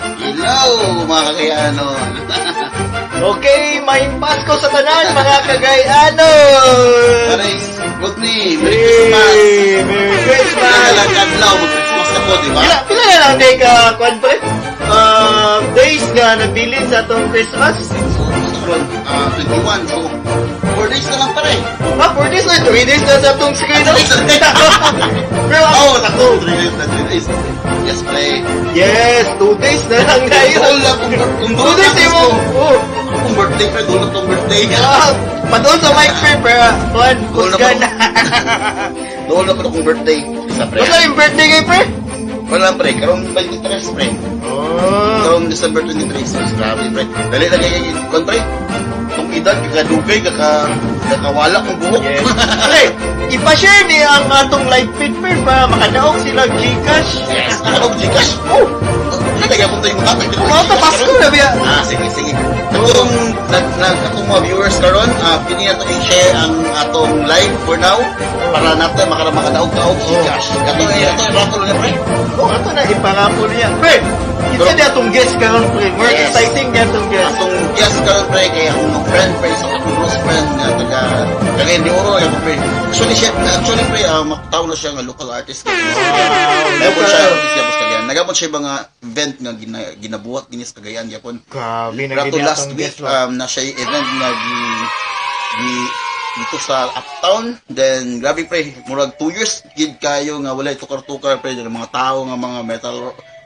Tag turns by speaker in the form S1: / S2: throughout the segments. S1: Hello, mga kagayano.
S2: Okay, maayong Pasko sa tanan, mga kagayano!
S1: Aray, good ni. Merry Christmas.
S2: Hey, Merry
S1: Kaya
S2: Christmas!
S1: lang kadlaw, mag-Christmas na po, di ba?
S2: Pila, pila na lang day ka, kwan pre? Uh,
S1: Um,
S2: days nga nabilin sa atong Christmas?
S1: So, ano ron? Ah, 21. So, 4 days na lang eh. pare.
S2: Ah, for this na, 3 days na sa atong screen. oh. Pero,
S1: Oo,
S2: ah,
S1: oh, tako. 3 days na, 3 days. Yes, pre.
S2: yes, 2 days na lang ngayon.
S1: Kung lang, kung- kung
S2: 2 days
S1: days
S2: yung mo. Oh,
S1: Kung birthday, pre, dulot ng birthday.
S2: ah, patuon sa mic pre, pero, kwan, kusgan na.
S1: Dulot na pa kung birthday. Isa, pre.
S2: Basta yung birthday kayo pre?
S1: Wala, pre. Karong 23, pre.
S2: Oh.
S1: Karong December 23. Sus, grabe, pre. Dali na kaya yung kon, pre. Itong edad, kakadugay, kaka, kakawala kong buhok.
S2: Yes. Pre, ipa-share ni ang atong live feed pre, para makadaog sila Gcash.
S1: Yes, nakalog Gcash. Oh! Talaga punta yung tatay.
S2: Mga tapasko na biya.
S1: Ah, sige, sige. Atong, nag, nag, atong mga viewers karon, ah, pini nato i-share ang atong live for now para nato makara makadaog-daog si
S2: Oh.
S1: Cash. Kato na ito, rato na pre.
S2: Oh, ato na iparapol niya. Pre, kita
S1: Bro.
S2: di atong guest karon pre. More
S1: Yes.
S2: exciting di atong guest.
S1: Atong guest karon pre kay akong mga friend pre sa akong close friend nga taga Cagayan de Oro ya, yung pre. Actually siya actually pre ah, makataw na siya nga local artist. Nagabot siya artist niya sa Cagayan. Nagabot siya mga event nga gina- ginabuhat din sa Cagayan yapon.
S2: Grabe na
S1: Rato
S2: gini
S1: last
S2: atong
S1: week,
S2: guest ba?
S1: um, na siya yung event na gi, gi, dito sa Uptown. Then, grabe pre, murag 2 years, gid kayo nga wala tukar-tukar pre, yung mga tao nga mga metal,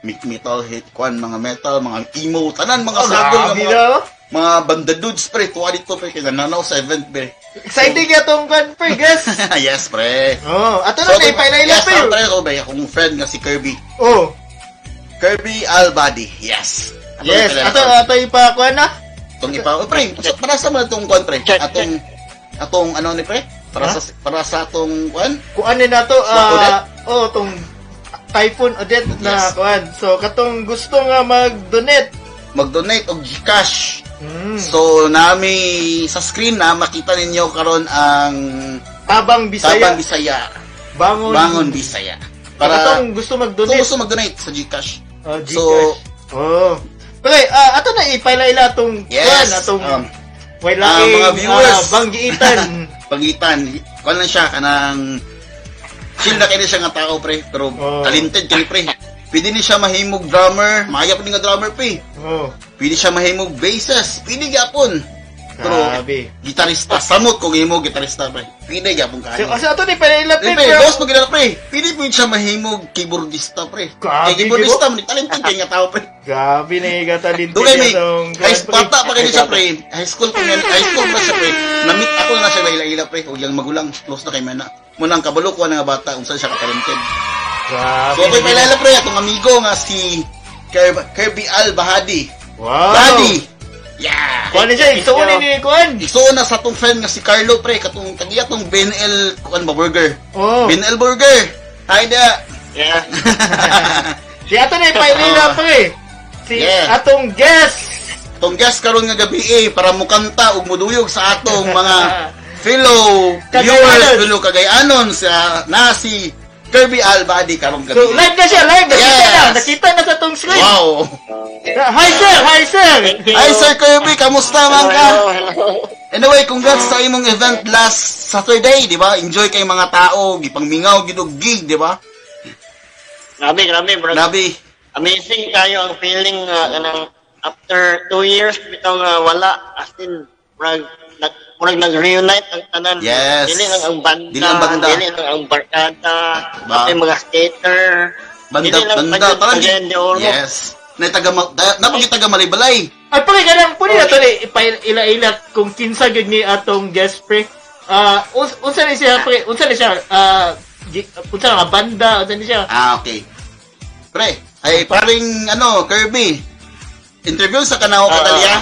S1: mi- metal hit kwan, mga metal, mga emo, tanan mga
S2: Oh,
S1: sabol nga
S2: grabe
S1: mga,
S2: na. oh.
S1: mga banda dudes pre, tuwa dito pre, kaya nananaw sa event pre.
S2: Exciting di atong kan pre, guest.
S1: yes pre.
S2: Oh, ato na na ipailay
S1: yes,
S2: pre.
S1: pre, ako ba, akong friend nga si Kirby.
S2: Oh,
S1: Kirby Albadi, yes. Ako
S2: yes.
S1: yung
S2: Ato ato ipakuha na.
S1: Itong ipa, oh, pre, sa- para sa mga itong kwan, pre.
S2: Check,
S1: Atong, atong ano ni pre? Para sa, para sa atong kwan?
S2: Kuan ni nato
S1: Sa Odette?
S2: ah oh tong Typhoon Odette na
S1: Yes.
S2: kuan. So katong gusto nga mag-donate.
S1: Mag-donate og Gcash.
S2: Mm.
S1: So, nami sa screen na makita ninyo karon ang
S2: Tabang Bisaya.
S1: Tabang Bisaya,
S2: Bangon.
S1: Bangon Bisaya.
S2: Para
S1: Para
S2: gusto
S1: kung
S2: mag-donate.
S1: gusto mag-donate sa Gcash.
S2: Oh, Gcash.
S1: So-
S2: oh. Pre, ah, ato na ipaila-ila atong kuan
S1: Yes.
S2: atong
S1: um,
S2: wala
S1: ah,
S2: kay-
S1: mga viewers.
S2: ah, banggiitan.
S1: pangitan, kwan lang siya kanang chill na kini siya nga tao pre, pero
S2: Oh.
S1: talented kini pre. Pwede ni siya mahimog drummer, maayap ni nga drummer pre.
S2: oh.
S1: Pwede siya mahimog bassist, pwede gyapon. Pero
S2: Grabe.
S1: gitarista samot kung imo gitarista pre. Pwede gyapon ka.
S2: So, so ato na ipaila-ila pre.
S1: Pre, pre, boss mo ginala pre. Pwede po siya mahimog keyboardista pre.
S2: Grabe,
S1: Kay keyboardista man talented kay nga tao pre.
S2: Grabe na igatalintin
S1: Dugay may
S2: atong
S1: high
S2: kuan, pre.
S1: bata pa kini siya pre. High school pa kini, high school pa siya pre. Na-meet ako na siya ila-ila pre. Huwag yung magulang, close na kay mana. Muna ang kabalo ko nga bata kung saan siya katalented.
S2: Grabe.
S1: So ako ipalala pre, atong amigo nga si Kirby, Kirby Al Bahadi.
S2: Wow.
S1: Bahadi! Yeah!
S2: Kuan ni Oh. siya, eh. isuon ni ni kuan.
S1: Ikso na sa tong friend nga si Carlo pre, katong tagiya tong Ben L kuan ba burger.
S2: Oh.
S1: Ben L burger. Hi da. Yeah.
S2: Si ato na ipailila
S1: Ah.
S2: pre. Si
S1: Yeah.
S2: atong guest.
S1: tong guest karon nga gabi eh, para mukanta ug muduyog sa atong mga fellow viewers
S2: Cagayanon.
S1: fellow kagayanon sa na si Kirby Albadi karong
S2: So,
S1: gabi.
S2: live na siya, live. Nakita
S1: Yes.
S2: na, nakita na sa tong screen.
S1: wow.
S2: Ah, Hi sir, hi sir.
S1: Hi Sir Kirby, kamusta man ka?
S3: Hello, hello.
S1: Anyway, congrats sa imong event last Saturday, di ba? Enjoy kay mga tao, gipangmingaw gid og gig, di ba?
S3: Grabe, grabe, bro.
S1: Grabe.
S3: Amazing kayo ang feeling uh, kanang after two years bitaw nga wala as in murag nag murag nag-reunite ang tanan.
S1: Yes.
S3: Dili lang ang banda,
S1: Dili lang banda.
S3: dili lang ang barkada,
S1: Ba-
S3: may mga skater.
S1: Banda,
S3: dili lang
S1: banda,
S3: pagyud-
S1: parang
S3: pagyan di oro.
S1: Yes. Na taga, napagit taga Malibalay.
S2: Ay, Ah, pre, ganang po nila to, ipaila-ila kung kinsa gud ni atong guest, pre. Ah, us- unsa ni siya, pre, unsa ni siya, ah, gi- unsa nga banda, unsa ni siya.
S1: Ah, okay. Pre, ay paring ano, Kirby. Interview sa kanao
S3: Ah.
S1: Katalya.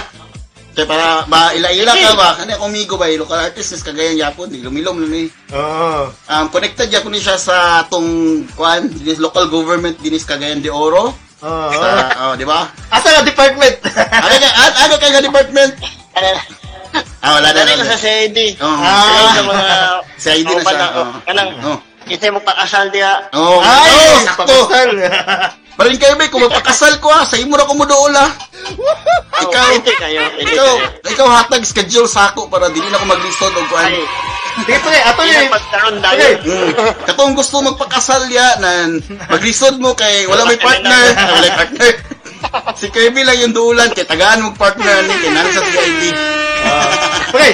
S1: Kaya para ba ila-ila ka
S2: Hey.
S1: ba? Kani komigo ba local artist is kagayan yapon, di lumilom na ni.
S2: Oo.
S1: Um, connected yapon ni siya sa atong kwan, dinis local government dinis kagayan de Oro.
S2: Oo.
S1: Sa, oh, di ba?
S2: Ah, Asa nga department?
S1: Ano ka, ano, ano ka nga department?
S3: Ano,
S1: Ah, wala na.
S3: Dali
S1: wala
S3: na
S1: na.
S3: sa CD.
S1: Oh,
S2: Ah.
S3: Dali sa mga
S1: si ID na
S3: mga
S1: siya.
S3: bata ko.
S1: Oh.
S3: Kanang
S1: Oh.
S3: kita mo pakasal diya.
S1: Oh,
S2: Ay,
S1: oh, sakto.
S2: napapasal.
S1: Marin kayo, may, kung magpakasal ko ha, sa imo na ko mo dool ha.
S3: Oh,
S1: Ikaw,
S3: pwede kayo. Pwede
S1: ikaw,
S3: kayo.
S1: ikaw hatag schedule sa ako para dili na ko maglisod o kuan.
S3: Ay,
S2: Sige, pre, ato
S3: hindi
S2: ni...
S3: na pagkaroon
S2: Sige,
S3: dahil.
S1: Mm. Katong gusto magpakasal ya nan maglisod mo kay wala may partner, Ah, wala may partner. si Kirby lang yung duulan kay tagaan mo partner ni kay nang sa CID.
S2: pre,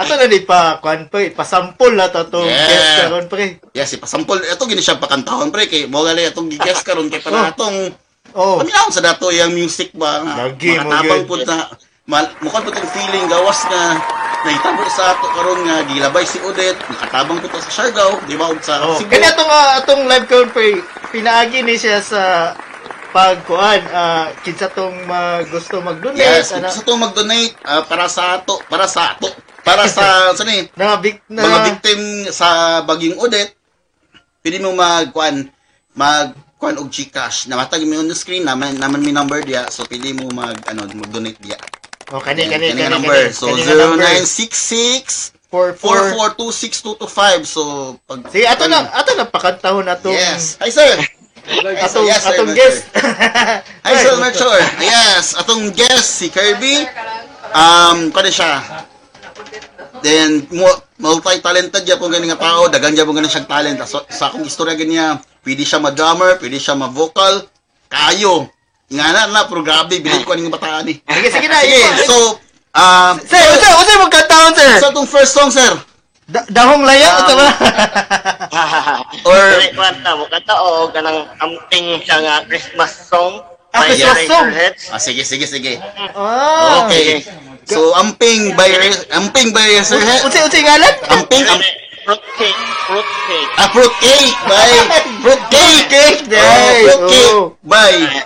S2: ato na ni pa, kwan, pre, pasampol na to itong
S1: Yeah.
S2: guest karon, pre.
S1: Yes, ipasampol ito gini siya pakantahon pre kay mo gali atong gigas karon kay para atong
S2: Oh,
S1: paminaw sa dato yung music ba.
S2: Lagi mo
S1: Makatabang
S2: yun.
S1: pud na mal, mukhang pud yung feeling gawas nga nahitabo sa ato karon nga gilabay si Odet, nakatabang pud to sa Siargao, di ba ug sa
S2: oh.
S1: Cebu.
S2: Kaya atong, ah, atong live karon, pre, pinaagi ni siya sa pagkuan, ah, kinsa tong ah, gusto mag-donate, ano?
S1: Yes, kung
S2: ana,
S1: gusto itong mag-donate ah, para sa ato, para sa ato, para sa, saan eh,
S2: na, big, na,
S1: mga victim sa Bagyong Odette, pwede mo magkuan, magkuan og Gcash. Namatag mo on the screen, naman, naman may number diya, so pwede mo mag, ano, mag-donate diya.
S2: oh, kani,
S1: Yan,
S2: kani,
S1: yan yung
S2: kani,
S1: number.
S2: kani,
S1: So,
S2: kani nga number.
S1: 0966
S2: Four, four.
S1: 4426225. So, pag...
S2: Sige, ato na, ato na pakantahon atong
S1: Yes. Hi, sir.
S2: atong
S1: Yes, sir,
S2: atong
S1: yes,
S2: guest.
S1: Hi, sir, Merchor. Yes, atong guest, si Kirby. Um, kani siya. Then, mo, multi-talented niya pong ganing nga tao, dagan niya pong ganing siyang talent. So, sa akong istorya ganyan, pwede siya ma-drummer, pwede siya ma-vocal, kayo. Nga na na, pero grabe, bilhin ko ng bataan eh.
S2: Sige, sige na.
S1: Sige,
S2: ikaw.
S1: so, um,
S2: Sir, sir, sir, magkantahon, sir.
S1: sa itong first song, sir,
S2: Da- Dahong laya,
S1: Um,
S2: ito ba?
S1: Or-
S3: Dili kwanta mo kata o ganang something siya nga Christmas song.
S2: Ah,
S3: by
S2: Christmas song?
S3: Eraserheads.
S1: ah, sige, sige, sige.
S2: Ah.
S1: Okay. So, amping by, amping by, sir, Um,
S2: Unsi, unsi ngalan?
S1: amping, am,
S3: Fruit cake, fruit cake.
S1: ah, fruitcake, by, fruitcake.
S2: Cake day.
S1: Oh, okay.
S2: Oh.
S1: Bye.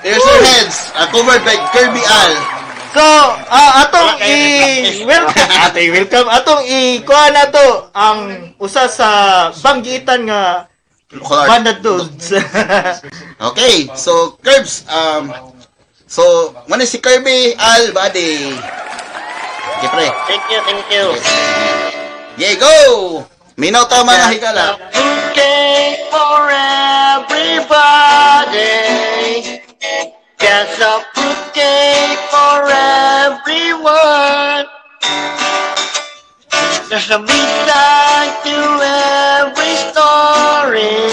S1: There's your heads. Uh, covered by Kirby Al.
S2: So, ah, atong
S3: Okay,
S2: i
S3: okay.
S2: welcome ate welcome atong i kuha na to ang usa sa banggitan nga banda dudes.
S1: Okay. So, Curbs, um, so, mana si Kirby Al Bade? Okay, pre.
S3: Thank you, thank you.
S1: Yeah, go! Minaw tama na higala.
S3: Fruit cake for everybody. Just a fruit cake for everyone. There's a big side to every story.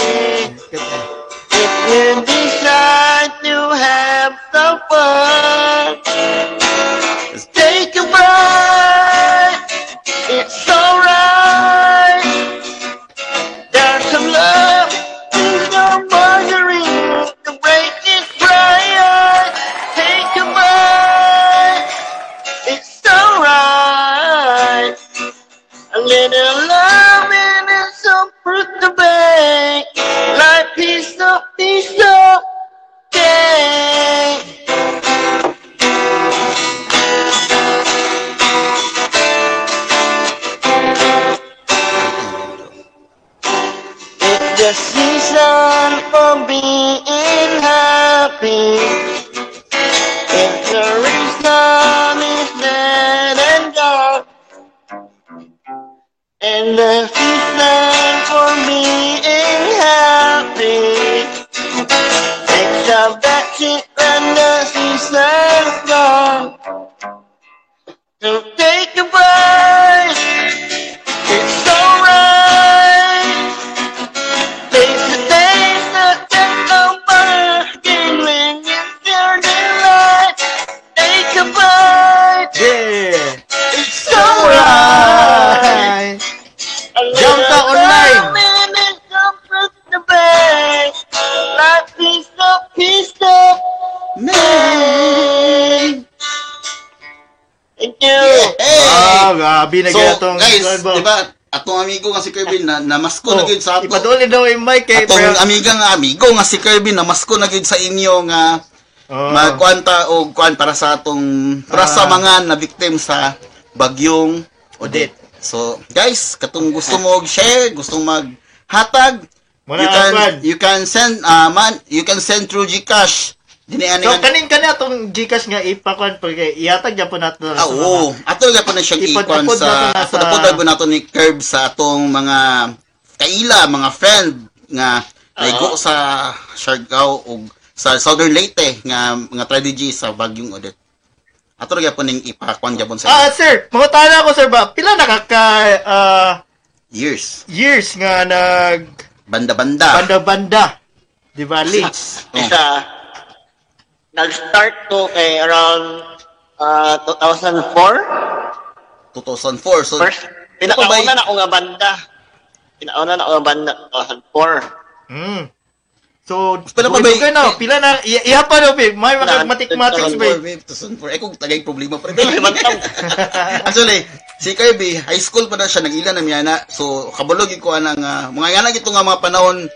S3: If you decide to have the fun, take a bite. It's alright. There's some love in your margarine. The break is bright. Take a bite. It's alright. A little love and it's some fruit to bake. Life is a piece of cake. It's the season for being happy. If the reason is dead and gone, and the season for being happy. It's a batch and the season's gone. So take a break. It's alright. There's a taste that takes over. Giggling is your delight. Take a bite.
S2: yeah.
S3: It's alright.
S2: Alright. Jump out online.
S3: Life is a piece of cake. Thank you.
S1: Hey!
S2: Ah, grabe na
S1: So,
S2: gaya tong oh.
S1: guys,
S2: kuwan ba?
S1: di ba, atong amigo nga si Kirby, na, namasko
S2: Oh,
S1: na gyud sa ato.
S2: Ipaduli daw yung mic eh.
S1: Atong amiga nga amigo nga si Kirby, namasko na gyud sa inyo nga
S2: Oh.
S1: magkuanta o kuan para sa atong para sa
S2: Ah.
S1: mga na victim sa bagyong Odette. So, guys, katong gusto mo share, gusto mag hatag,
S2: Muna
S1: you
S2: ang
S1: can
S2: kuwan.
S1: you can send ah man, you can send through GCash. Dini ani
S2: So,
S1: nga.
S2: kanin kani atong Gcash nga ipakuan porque iyatag gyapon nato.
S1: Ah, oo. Ato nga po na siyang
S2: Ipod-ipod
S1: ikon sa
S2: nato na sa-
S1: patapod po nato ni Curb sa atong mga kaila, mga friend nga naigo sa Siargao o sa Southern Leyte nga nga tragedy sa Bagyong Odette. Ato ra gyapon ning ipakuan gyapon sa
S2: Ah, sir, mangutana ako, sir, ba, pila nakaka ah,
S1: years.
S2: years nga nag
S1: Banda-banda.
S2: banda-banda? Di ba, Lee?
S1: Oh.
S3: Isa, nag-start to kay around ah, 2004.
S1: 2004. So,
S3: First, uh, pinakauna na ako nga banda. Pinakauna na ako nga banda, 2004.
S2: Mm. So,
S1: Pila pa ba- eh,
S2: dugo ka na, pila na, i- iha pa no, babe. May mga
S3: Wala,
S2: matik-matiks, babe.
S1: 2004. Eh, kung tagay problema pa rin. Actually, si Kirby, high school pa na siya, nag-ilan na miya na. So, kabulog ko anang, nga ah, mga yana gito nga mga panahon,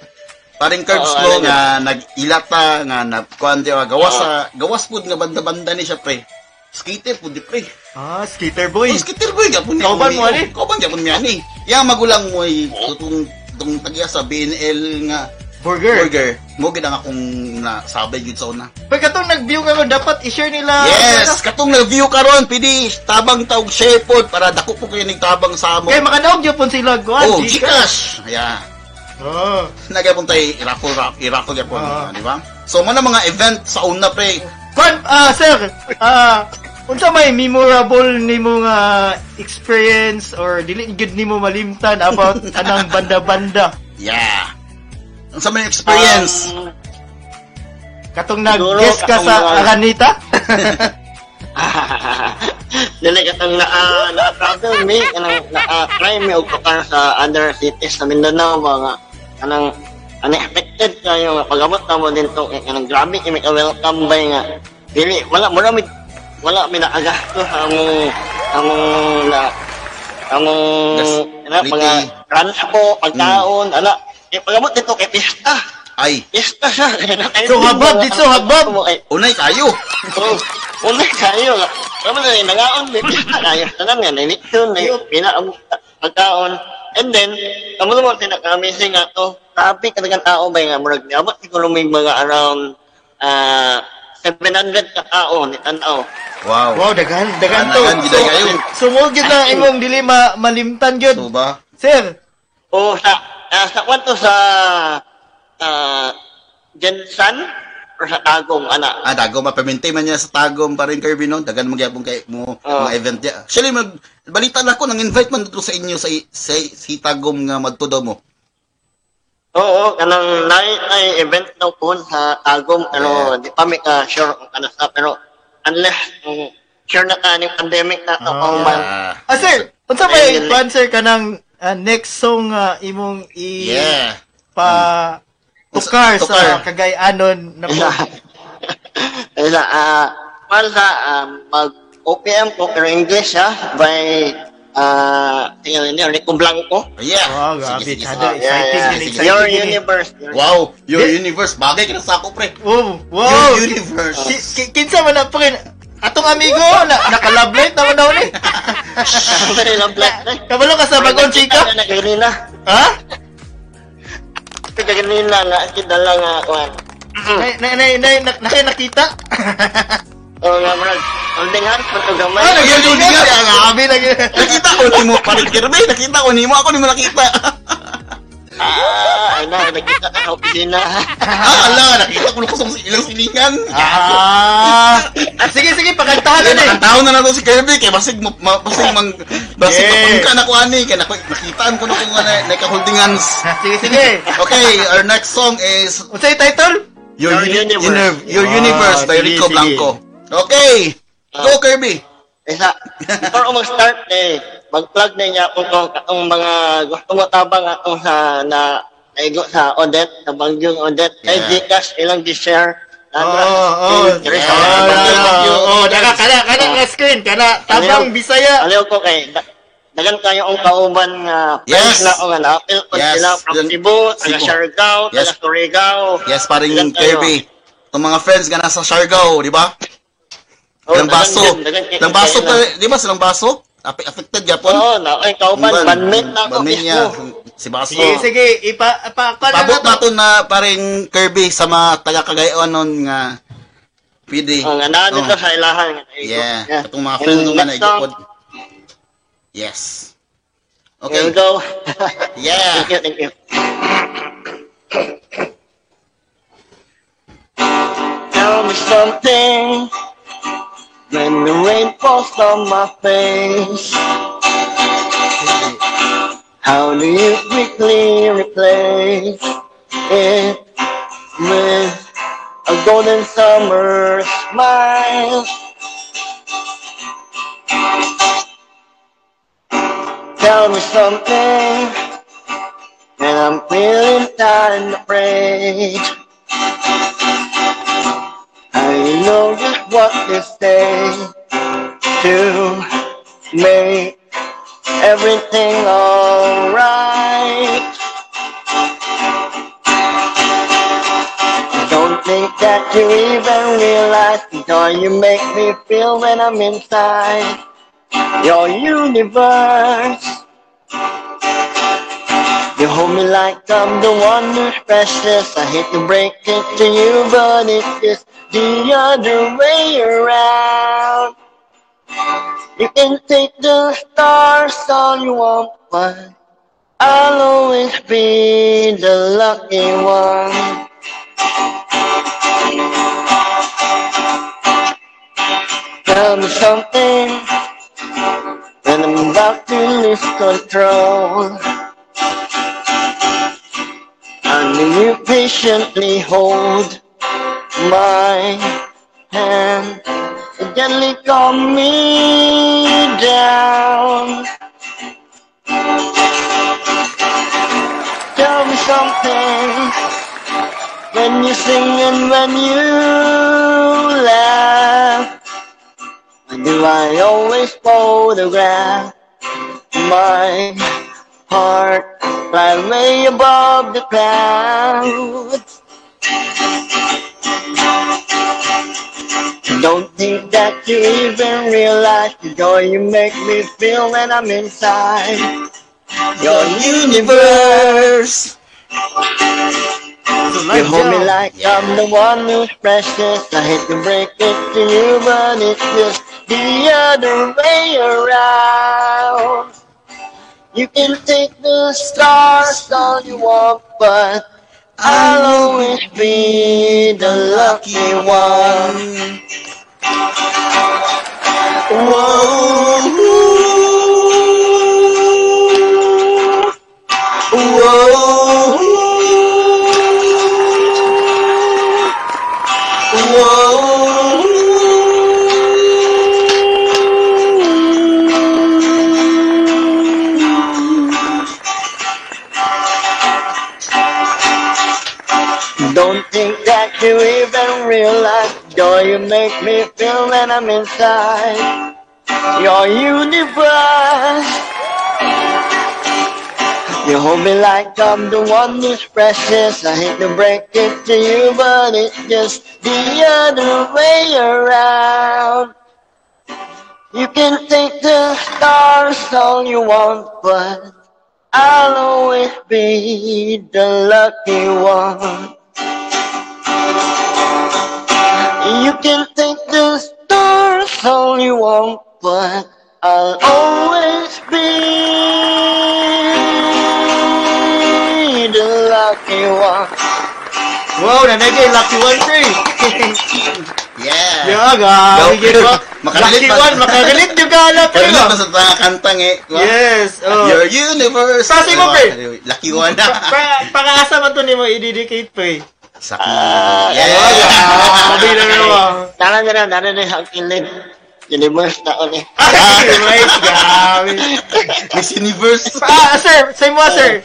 S1: paring Curbs no,
S3: Oo, ano
S1: nga nag-ilata, nga nagkuhan diwa, gawas sa, gawas po nga banda-banda ni siya, pre. Skater po, di pre.
S2: Ah, skater boy.
S1: Oh, skater boy, gapon niya.
S2: Kauban mo, ani?
S1: Kauban niya, gapon niya, ani. Yang magulang mo, ay, tutong, tutong tagya sa BNL nga,
S2: Burger.
S1: burger. Mo, gina nga kung nasabay yun sa una.
S2: Pag katong nag-view nga mo, dapat i-share nila.
S1: Yes, katong na-view karon pidi tabang taog shepard para dako po kayo ning tabang sa amo.
S2: Kaya makanaog yun po sila. Kuhan,
S1: oh,
S2: chika.
S1: Gcash. Yeah.
S2: Oh.
S1: Nagapon tayo i-raffle rap, i-raffle gyapon,
S2: Ah.
S1: di ba? So mo na mga event sa una pre.
S2: Kuhan, ah, sir, ah, unsa may memorable nimo nga experience or dili gud nimo malimtan about anang banda-banda?
S1: Yeah. Ang sa mga experience.
S3: Um,
S2: Katong
S3: Siguro,
S2: nag-guest ka
S3: katong
S2: sa
S3: mga-
S2: Aranita?
S3: Dili ka tang naa na travel me kanang naa try me og pakar sa other cities sa Mindanao mga kanang unexpected kayo nga pagabot na mo din to kay kanang grabe kay may welcome by nga dili wala mo na mi wala mi naagah to among among na among
S1: Yes,
S3: ana ano, mga
S1: pretty.
S3: transport
S2: Mm.
S3: pagkaon ana kay pagabot dito kay pista
S2: Ah.
S1: Ay,
S3: pista siya
S2: So, habab, dito, habab.
S3: Ay,
S1: unay kayo.
S3: Oo. Oh, Una kayo. Kamo na yung nagaon, may pista kayo. Tanan nga, nilitsun, may pinaang pagkaon. And then, kamo naman pinaka-amazing nga to. Traffic ka ng tao ba nga, murag niyabot siguro may mga around ah, 700 ka tao, ni Tanaw.
S1: Wow.
S2: Wow, kan, daghan, daghan to.
S1: Daghan, giday kayo.
S2: Sumugod na imong dili ma malimtan
S1: So
S2: gyud.
S1: ba?
S2: Sir,
S3: O sa, ah, sa kwanto sa ah, Jensan or sa Tagong, ana.
S1: Ah, dago mapamintay man niya sa tagom pa rin Kirby no. Dagan mo gyapon kay mo
S3: Ah.
S1: mga event niya. Actually, mag balita na ko nang invite man dito sa inyo sa sa si tagom nga madto mo.
S3: Oo, kanang nai ay event daw po sa Tagum, pero di pa may ka sure kung ano sa, pero unless um, sure na ka ni pandemic na to,
S2: Ah.
S3: kung man.
S2: ah sir, unsa may
S3: Ayun,
S2: plan sir kanang ah, next song nga imong i
S1: Yeah. Mm.
S2: pa tukar
S1: Tukar.
S2: sa Cagayanon na po.
S3: Ayun lang, ah, well, sa, ah, mag OPM ko, pero English ha, by, ah, tingnan niyo, Rico
S1: Oh,
S3: Blanco. Ah,
S1: Yeah.
S2: Wow, grabe, kada
S1: sige.
S2: isa. Exciting
S3: Yeah,
S2: yun,
S3: yeah.
S1: exciting
S3: Your
S2: yun eh.
S3: universe. Your
S1: Wow, your
S2: Di-
S1: universe. Bagay ka na sa ako, pre.
S2: Oh, wow.
S1: Your universe.
S2: Ki- ki- Kinsa man na pa rin atong amigo na nakalablate naman daw ni.
S3: Sorry, love life. eh.
S2: Kabalo ka sa bagong chika?
S3: Na kanina.
S2: Ha?
S3: Kaya kanina na, kidala nga, ah. kuhan.
S2: Nay nay nay nay nak- nakay nakita.
S3: Oo Oh, nga, bro. Holding hands, patugamay.
S1: Ah, nag-
S2: Nagigil
S1: Nagigil.
S2: ka, grabe nag-
S1: Nakita ko ni mo, parin Kirby. Nakita ko ni mo. Ako ni mo nakita.
S3: Ah, ay na, nakita ka sa opisina.
S1: ah, ala, nakita ko kusong si ilang silingan.
S2: Ah. sige sige pakantahan
S1: Kaya
S2: na eh.
S1: nakatao na nato si Kirby. Kaya basig, mo- ma- basig, mang, basig,
S2: Yeah.
S1: yeah. ka na ko, ani. Kaya naku- nakitaan ko na kung ano, nagka-holding hands.
S2: Sige sige.
S1: Okay, our next song is
S2: Unsay title?
S1: Your,
S3: Your
S1: Uni-
S3: Universe.
S1: Universe, Your
S2: Ah,
S1: Universe by
S2: sige,
S1: Rico
S2: sige.
S1: Blanco. Okay, go Kirby.
S3: Isa, before ako mag-start eh, mag-plug na niya kung kung ang mga gusto mo tabang atong sa na naigo sa Odette, sa Bangyong Odette. Kay
S1: Yeah.
S3: Gcash, ilang di-share.
S2: Oo,
S4: Oh,
S3: Ano,
S2: oo.
S3: eh, there is a-
S1: Ah, Yeah,
S2: Oo,
S1: yeah,
S2: oo. Daka kana kana na screen kana tabang
S4: ya?
S2: Bisaya.
S3: Aliw ko kay, da- dagan kayo ang kauban nga
S1: Yes.
S3: friends na o nga naapil ko
S1: Yes.
S3: sila from
S1: Yun-
S3: Cebu, taga
S1: Cebu.
S3: Siargao,
S1: Yes.
S3: taga Surigao.
S1: Yes, paring
S3: Ilan kayo?
S1: Kirby. Itong mga friends ka nasa Siargao, di ba?
S3: Oo,
S1: Ilang
S3: dagan
S1: baso.
S3: dyan, dagan kayo-
S1: Ilang baso
S3: kayo
S1: pa,
S3: na.
S1: di ba silang baso? Ape- Affected Japon.
S3: Oo, na ay kauban, banmit na ako
S1: Banmin niya.
S3: mismo.
S1: Si Baso.
S2: Sige sige ipa pa kana
S1: Pabot na to na paring Kirby sa mga taga Cagayanon nga PD.
S3: Ang ano nito
S1: Oh,
S3: sa ilahan.
S1: Yeah. Itong mga ano, friends nga na igupod. Yes.
S3: Okay. Here we
S1: Okay.
S3: go.
S1: Yeah.
S3: thank you, thank you. tell me something. When the rain falls on my face, how do you quickly replace it with a golden summer smile? Tell me something, and I'm feeling tired and afraid. I know just what to say to make everything alright. I Don't think that you even realize the joy you make me feel when I'm inside your universe. You hold me like I'm the one who's precious. I hate to break it to you, but it's just the other way around. You can take the stars all you want, but I'll always be the lucky one. Tell me something, and I'm about to lose control. And you patiently hold my hand and gently calm me down. Tell me something when you sing and when you laugh. Why do I always photograph my heart fly way above the clouds? Don't think that you even realize the joy you make me feel when I'm inside your universe. You hold me like I'm the one who's precious. I hate to break it to you, but it's just the other way around. You can take the stars all you want, but I'll always be the lucky one. Don't think that you even realize the joy you make me feel when I'm inside your universe. You hold me like I'm the one who's precious. I hate to break it to you, but it's just the other way around. You can take the stars all you want, but I'll always be the lucky one. You can take the stars all you want, but I'll always be the lucky one.
S4: Wow, nanagay. Lucky one, pre.
S1: Yeah.
S4: Yeah, gabi.
S1: Yo.
S4: Gito.
S1: Makarelate
S4: Gitu. Lucky
S1: pa.
S4: one. Makarelate nyo ka alam, pre.
S1: Pero na sa mga kantang eh. di ba?
S4: Yes. Oh.
S1: Your universe.
S4: Sabi mo, pre.
S1: Lucky one.
S4: Pa, pa, pakaasa man to ni mo i-dedicate, pre.
S1: Saki.
S4: Ah,
S1: Yeah.
S4: sabi na naman.
S3: Tara na lang, tara na ang kilid. Universe na ulit.
S4: Ay, right, gabi.
S1: Miss Universe.
S4: Ah, sir, say mo,
S1: Oh.
S4: sir.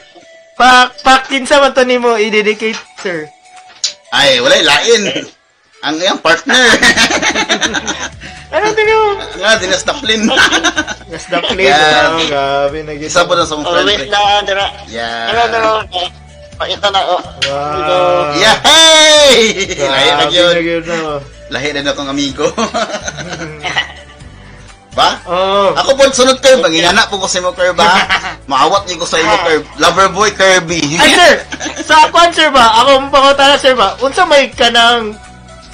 S4: Pa, pa, kinsa man to ni mo i-dedicate, sir.
S1: Ay, wala. Lain. Ang iyang partner.
S4: Ano to ni mo?
S1: Nga, dinastaplin.
S4: Yes, the plate.
S1: Yeah.
S4: Oh, gabi. Nag-isa.
S1: Isa po na sa mong friend. Ya.
S3: Always
S1: pre.
S3: na, tara. Tara na
S1: Yeah.
S3: lang. Pakita na, oh.
S4: Wow.
S1: Yeah, Ya,
S2: Ah.
S1: hey! Lahi na
S4: Grabe
S1: yun.
S4: na yun. ano.
S1: Lahi na na akong amigo. ba?
S4: Oh.
S1: Ako po, sunod curve. Ang inana po ko sa imo curve, ha? Maawat niyo ko sa imo curve. Lover boy, Kirby.
S4: Ay, sir! Sa kwan, sir ba? Ako mapakotala, sir ba? Unsa may ka ng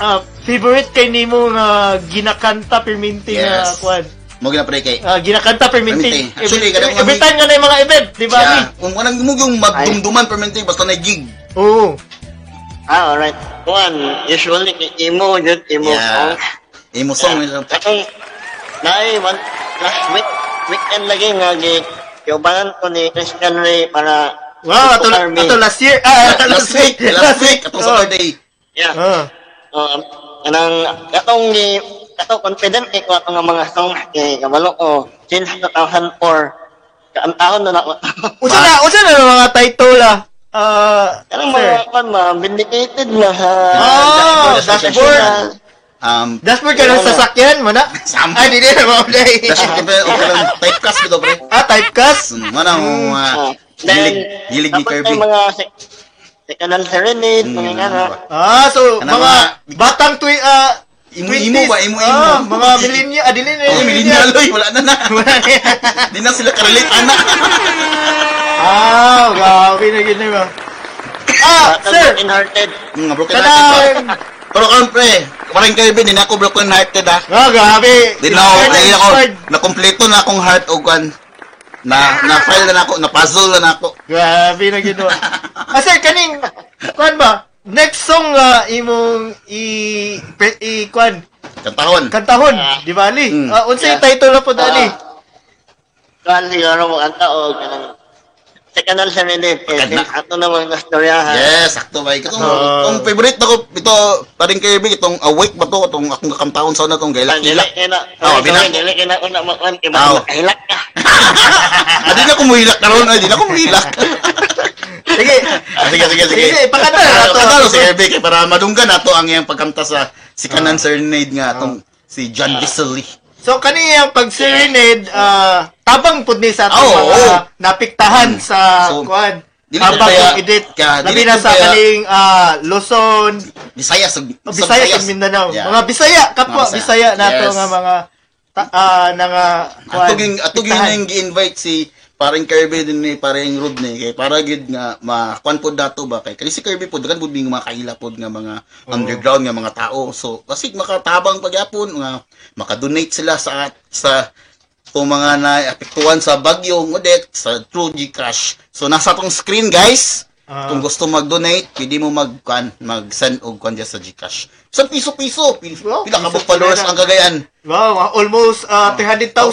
S4: ah, favorite kay nimo nga ginakanta perminting nga
S1: Yes.
S4: kwan?
S1: Mo ginapre kay.
S4: Ah, ginakanta perminting.
S1: Perminting. Actually,
S4: every,
S1: kadang-
S4: every time nga na yung mga event, di ba?
S1: Yeah.
S4: Yeah.
S1: um, Kung anong mo yung magdumduman permanente basta na gig.
S4: Oo.
S3: Ah, alright. kuan usually kay emo jud emo Oh.
S1: Yeah.
S3: song.
S1: Imo song
S2: Ya.
S1: nila.
S3: Kasi naay one last week weekend lagi nga gi kiubanan ko ni Christian Ray para
S2: Wow, ato,
S3: Super
S2: la-
S3: Army.
S2: ato last year. Ah, ato
S1: Last week, last week, atong
S2: Oh.
S1: Saturday.
S3: Yeah.
S2: Ah.
S3: Um, kanang katong ni kato confident kay ko atong mga song kay kabalo ko since 2004 kaang taon na nako.
S2: Unsa na, unsa na ang mga title ah? Ah,
S3: Kanang
S2: sir. Ah,
S3: mga kan ma vindicated na ah, ha.
S2: Oh, dashboard.
S1: Um,
S2: Dashboard ka ng sasakyan mo na.
S1: Sample.
S2: Ah, di di na mo day.
S1: Dashboard ka ba? Okay lang, typecast ko to, pre.
S2: Ah, typecast.
S1: Ano na,
S3: Ah,
S1: hilig, hilig ni
S3: tapos
S1: Kirby.
S3: may mga sec- second-hand serenade, mga
S1: Mm,
S3: nga nga.
S2: Ah, so
S1: Ano
S2: mga
S1: mga-
S2: batang twi ah
S1: Imo-
S2: 20s.
S1: imo ba? Imo- imo.
S2: Ah, mga millennia, adili na
S1: Oh, millennial, oy, wala na na.
S2: Wala na yan.
S1: Di na sila karelate, ana.
S2: Ah, grabe na gid na ba. Ah,
S3: Batang
S2: sir.
S3: broken-hearted.
S1: Mga Mm, broken hearted.
S2: Kanang
S1: Pero kan, pre, parang Kirby, di na ako broken hearted, ha.
S2: Ah, grabe.
S1: Di na ako,
S2: Inspired,
S1: di na ako,
S2: inspired.
S1: nakompleto na akong heart o kan. Na, na file na na ako, na puzzle na na ako.
S2: Grabe na gid. ah, sir, kaning kwan ba? Next song nga imong i pre- i kwan
S1: Katahon.
S2: kantahon,
S3: Ah.
S2: di ba ali?
S1: Mm. Ah.
S2: Ah, unsa yung
S3: Yeah.
S2: title na po dali?
S3: Kung siguro mo ang taog, kanang second-hand serenade. Eh,
S1: Bakit na?
S3: sin- ato na mga nastoryahan.
S1: Yes, sakto ba? Itong,
S2: Ah.
S1: itong favorite na ko, ito, parang Kirby, itong awake ba to? Itong akong kakamtaon sa na, itong
S3: Ah,
S1: gailak-ilak.
S3: Dili kay na.
S1: Oh,
S3: sorry,
S1: bilak.
S3: Dili kay na una makuan kay
S1: Oh.
S3: mga hilak ka.
S1: Ah, di na kumuhilak na ron, ah, di na kumuhilak.
S2: Sige.
S1: Ah, sige, sige, sige.
S2: Sige, ipakanta na
S1: Ah,
S2: ato.
S1: pakanta na si Kirby, kay para madunggan na to ang iyang pagkamta sa si Kanan Serenade nga, itong si John Visely.
S2: So kaniyang pag serenade ah, tabang pud ni sa atong
S1: Oh,
S2: mga
S1: oh. Mm.
S2: napiktahan sa
S1: So,
S2: kwan.
S1: dili
S2: Habang
S1: kaya-
S2: edit
S1: kaya dili
S2: labi na sa
S1: kaya-
S2: kaling ah, Luzon,
S1: Bisaya, sub,
S2: Oh, Bisaya
S1: sub-
S2: in Mindanao.
S1: Yeah.
S2: Mga Bisaya, kapwa
S1: Mga Bisaya.
S2: Bisaya, nato
S1: Yes.
S2: nga mga ta- ah, na nga
S1: Ato ging ato ging
S2: bitahan.
S1: nang gi-invite si parang Kirby din ni parang Rodney kay para gid nga ma kwan pod dato ba kay kasi si Kirby pod kan pod mga kaila pod nga mga underground nga mga tao so kasi makatabang pagyapon nga makadonate sila sa at- sa kung mga naapektuhan sa Bagyo, Ngudek, sa True Gcash. So nasa tong screen guys.
S2: Ah.
S1: Kung gusto mag-donate, pwede mo mag mag-send og kwan dyan sa Gcash. Sa piso-piso, pila
S2: Wow,
S1: ka
S2: piso
S1: ba followers
S2: pila na.
S1: ang Cagayan.
S2: Wow, mga almost ah, 300,000 to.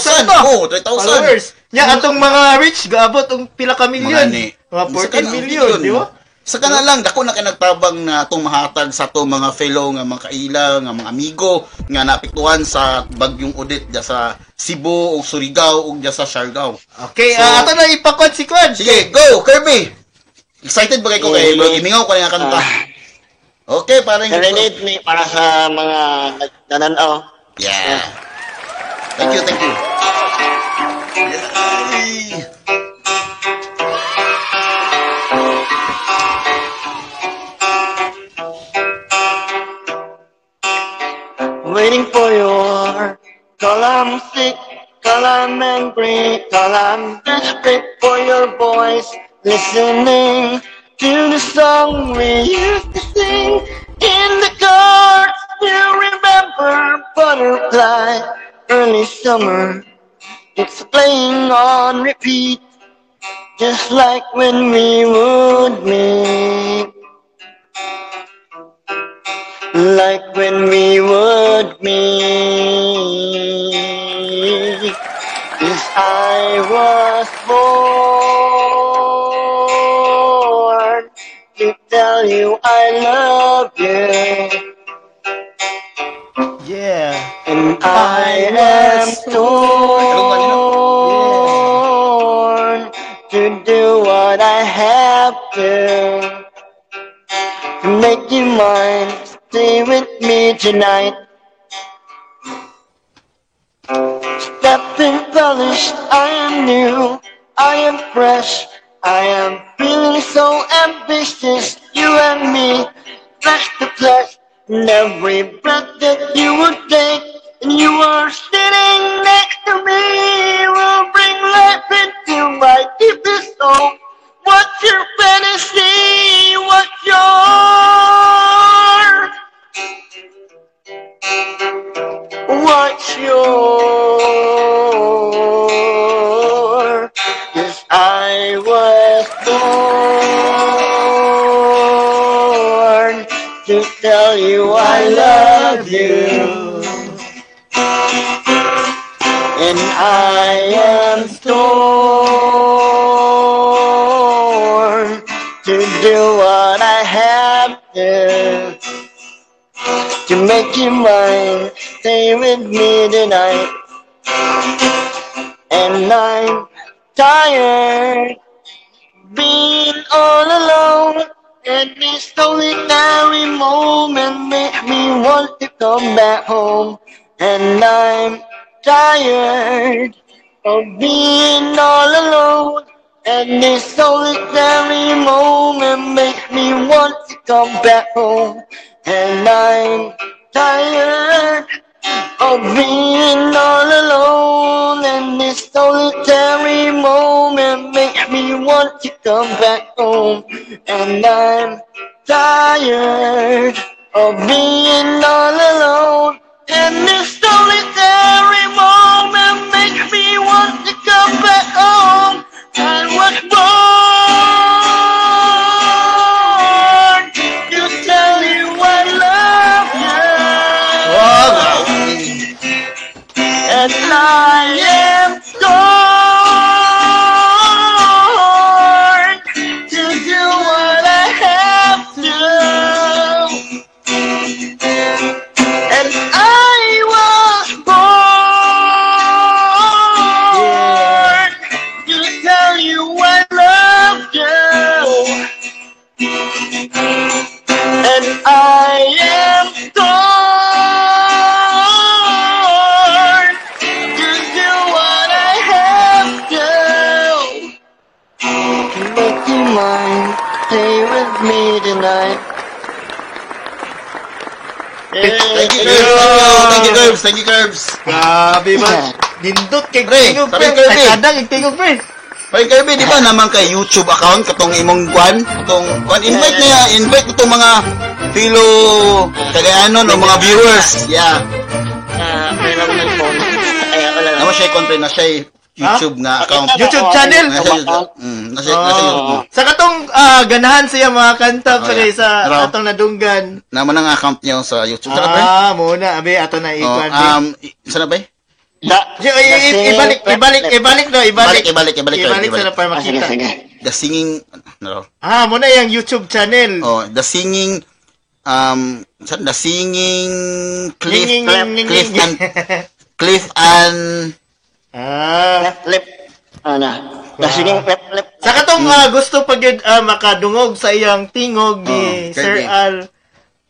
S1: Oh, 3,000.
S2: Followers. Nya atong mga rich gaabot ang pila ka
S1: mga
S2: million.
S1: ni
S2: Mga
S1: Saka na,
S2: 14 million, di ba?
S1: Sa kana lang dako na kay nagtabang na atong mahatag sa atong mga fellow nga mga kaila nga mga amigo nga naapektuhan sa bagyong Odette diya sa Cebu o Surigao o diya sa Siargao.
S2: Okay, ah, ato na ipakwan si Kwan.
S1: Sige, go Kirby. Excited ba kay ko kay
S3: Eh,
S1: Bro Gimingaw ko nga kanta.
S3: Ah.
S1: Okay, parang
S3: Serenade ni para sa mga nananaw.
S1: Yeah. Thank you, thank you.
S3: Waiting for your call I'm sick, call I'm angry, call I'm desperate for your voice. Listening to the song we used to sing in the car. You remember butterfly, early summer. It's playing on repeat, just like when we would meet. like when we would meet. If I was born to tell you I love you,
S2: Yeah.
S3: and I am torn to do what I have to. To make you mine, stay with me tonight. Nothing polished, I am new, I am fresh, I am feeling so ambitious, you and me, flesh to flesh, in every breath that you would take, and you are sitting next to me, will bring life into my deepest soul. What's your fantasy? What's yours? What's your? Yes, I was born to tell love you. And I am torn to do what I have to to make you mine. Stay with me tonight. And I'm tired being all alone. And this solitary moment makes me want to come back home. And I'm tired of being all alone. And this solitary moment makes me want to come back home. And I'm tired of being all alone. And this solitary moment makes me want to come back home. And I'm tired of being all alone. And this solitary moment makes me want to come back home. I was born to tell you I love you.
S1: Wow!
S3: And I am torn to do what I have to. And I was born to tell you I love you. And I am torn to do what I have to. Make you mine, stay with me tonight.
S1: Thank you, Curbs! Thank you, Curbs! Thank you, Curbs!
S2: Grabe man. Nindot kay
S1: Pre,
S2: King of
S1: sabi
S2: Prince.
S1: ko,
S2: Ay,
S1: eh.
S2: kadang kay King of Prince.
S1: Pare Kirby, di ba naman kay YouTube account katong imong kwan? Katong kwan invite niya, invite itong mga fellow kagayanon o mga viewers. Yeah.
S3: Ah, meron ng phone. Ay, ako lang.
S1: Naman Ano siya i-confirm na siya YouTube nga account.
S2: YouTube channel.
S1: Nasa YouTube. Mm, nasa, nasa
S2: Oh.
S1: YouTube.
S2: Sa katong ah, ganahan siya mga kanta
S1: Oh,
S2: sa kay
S1: yeah.
S2: sa
S1: Araw.
S2: atong nadunggan.
S1: Naman ang account niya sa YouTube. Saan ba?
S2: Ah, muna abi ato na
S1: eh. Oh,
S2: ikwan.
S1: um, i- saan ba?
S3: Da-
S2: Yo, i- i-
S3: Kasi-
S2: ibalik, ibalik,
S3: iya.
S2: ibalik no, ibalik.
S1: Balik, ibalik, ibalik.
S2: Ibalik sa na para
S3: Ah, sige,
S2: makita.
S3: sige.
S1: The singing, ano,
S2: Ah, muna yung YouTube channel.
S1: oh, the singing, um, saan? The singing cliff,
S2: Ning, ning,
S1: cliff,
S2: ning, ning,
S1: cliff and,
S2: ning.
S1: cliff and,
S2: ah.
S3: Left, left. Ano?
S1: nah.
S3: Kasi yung left, left.
S2: Sa katong
S1: Mm.
S2: ah, gusto pa gyud ah, makadungog sa iyang tingog ni
S1: Oh, Kirby.
S2: Sir Al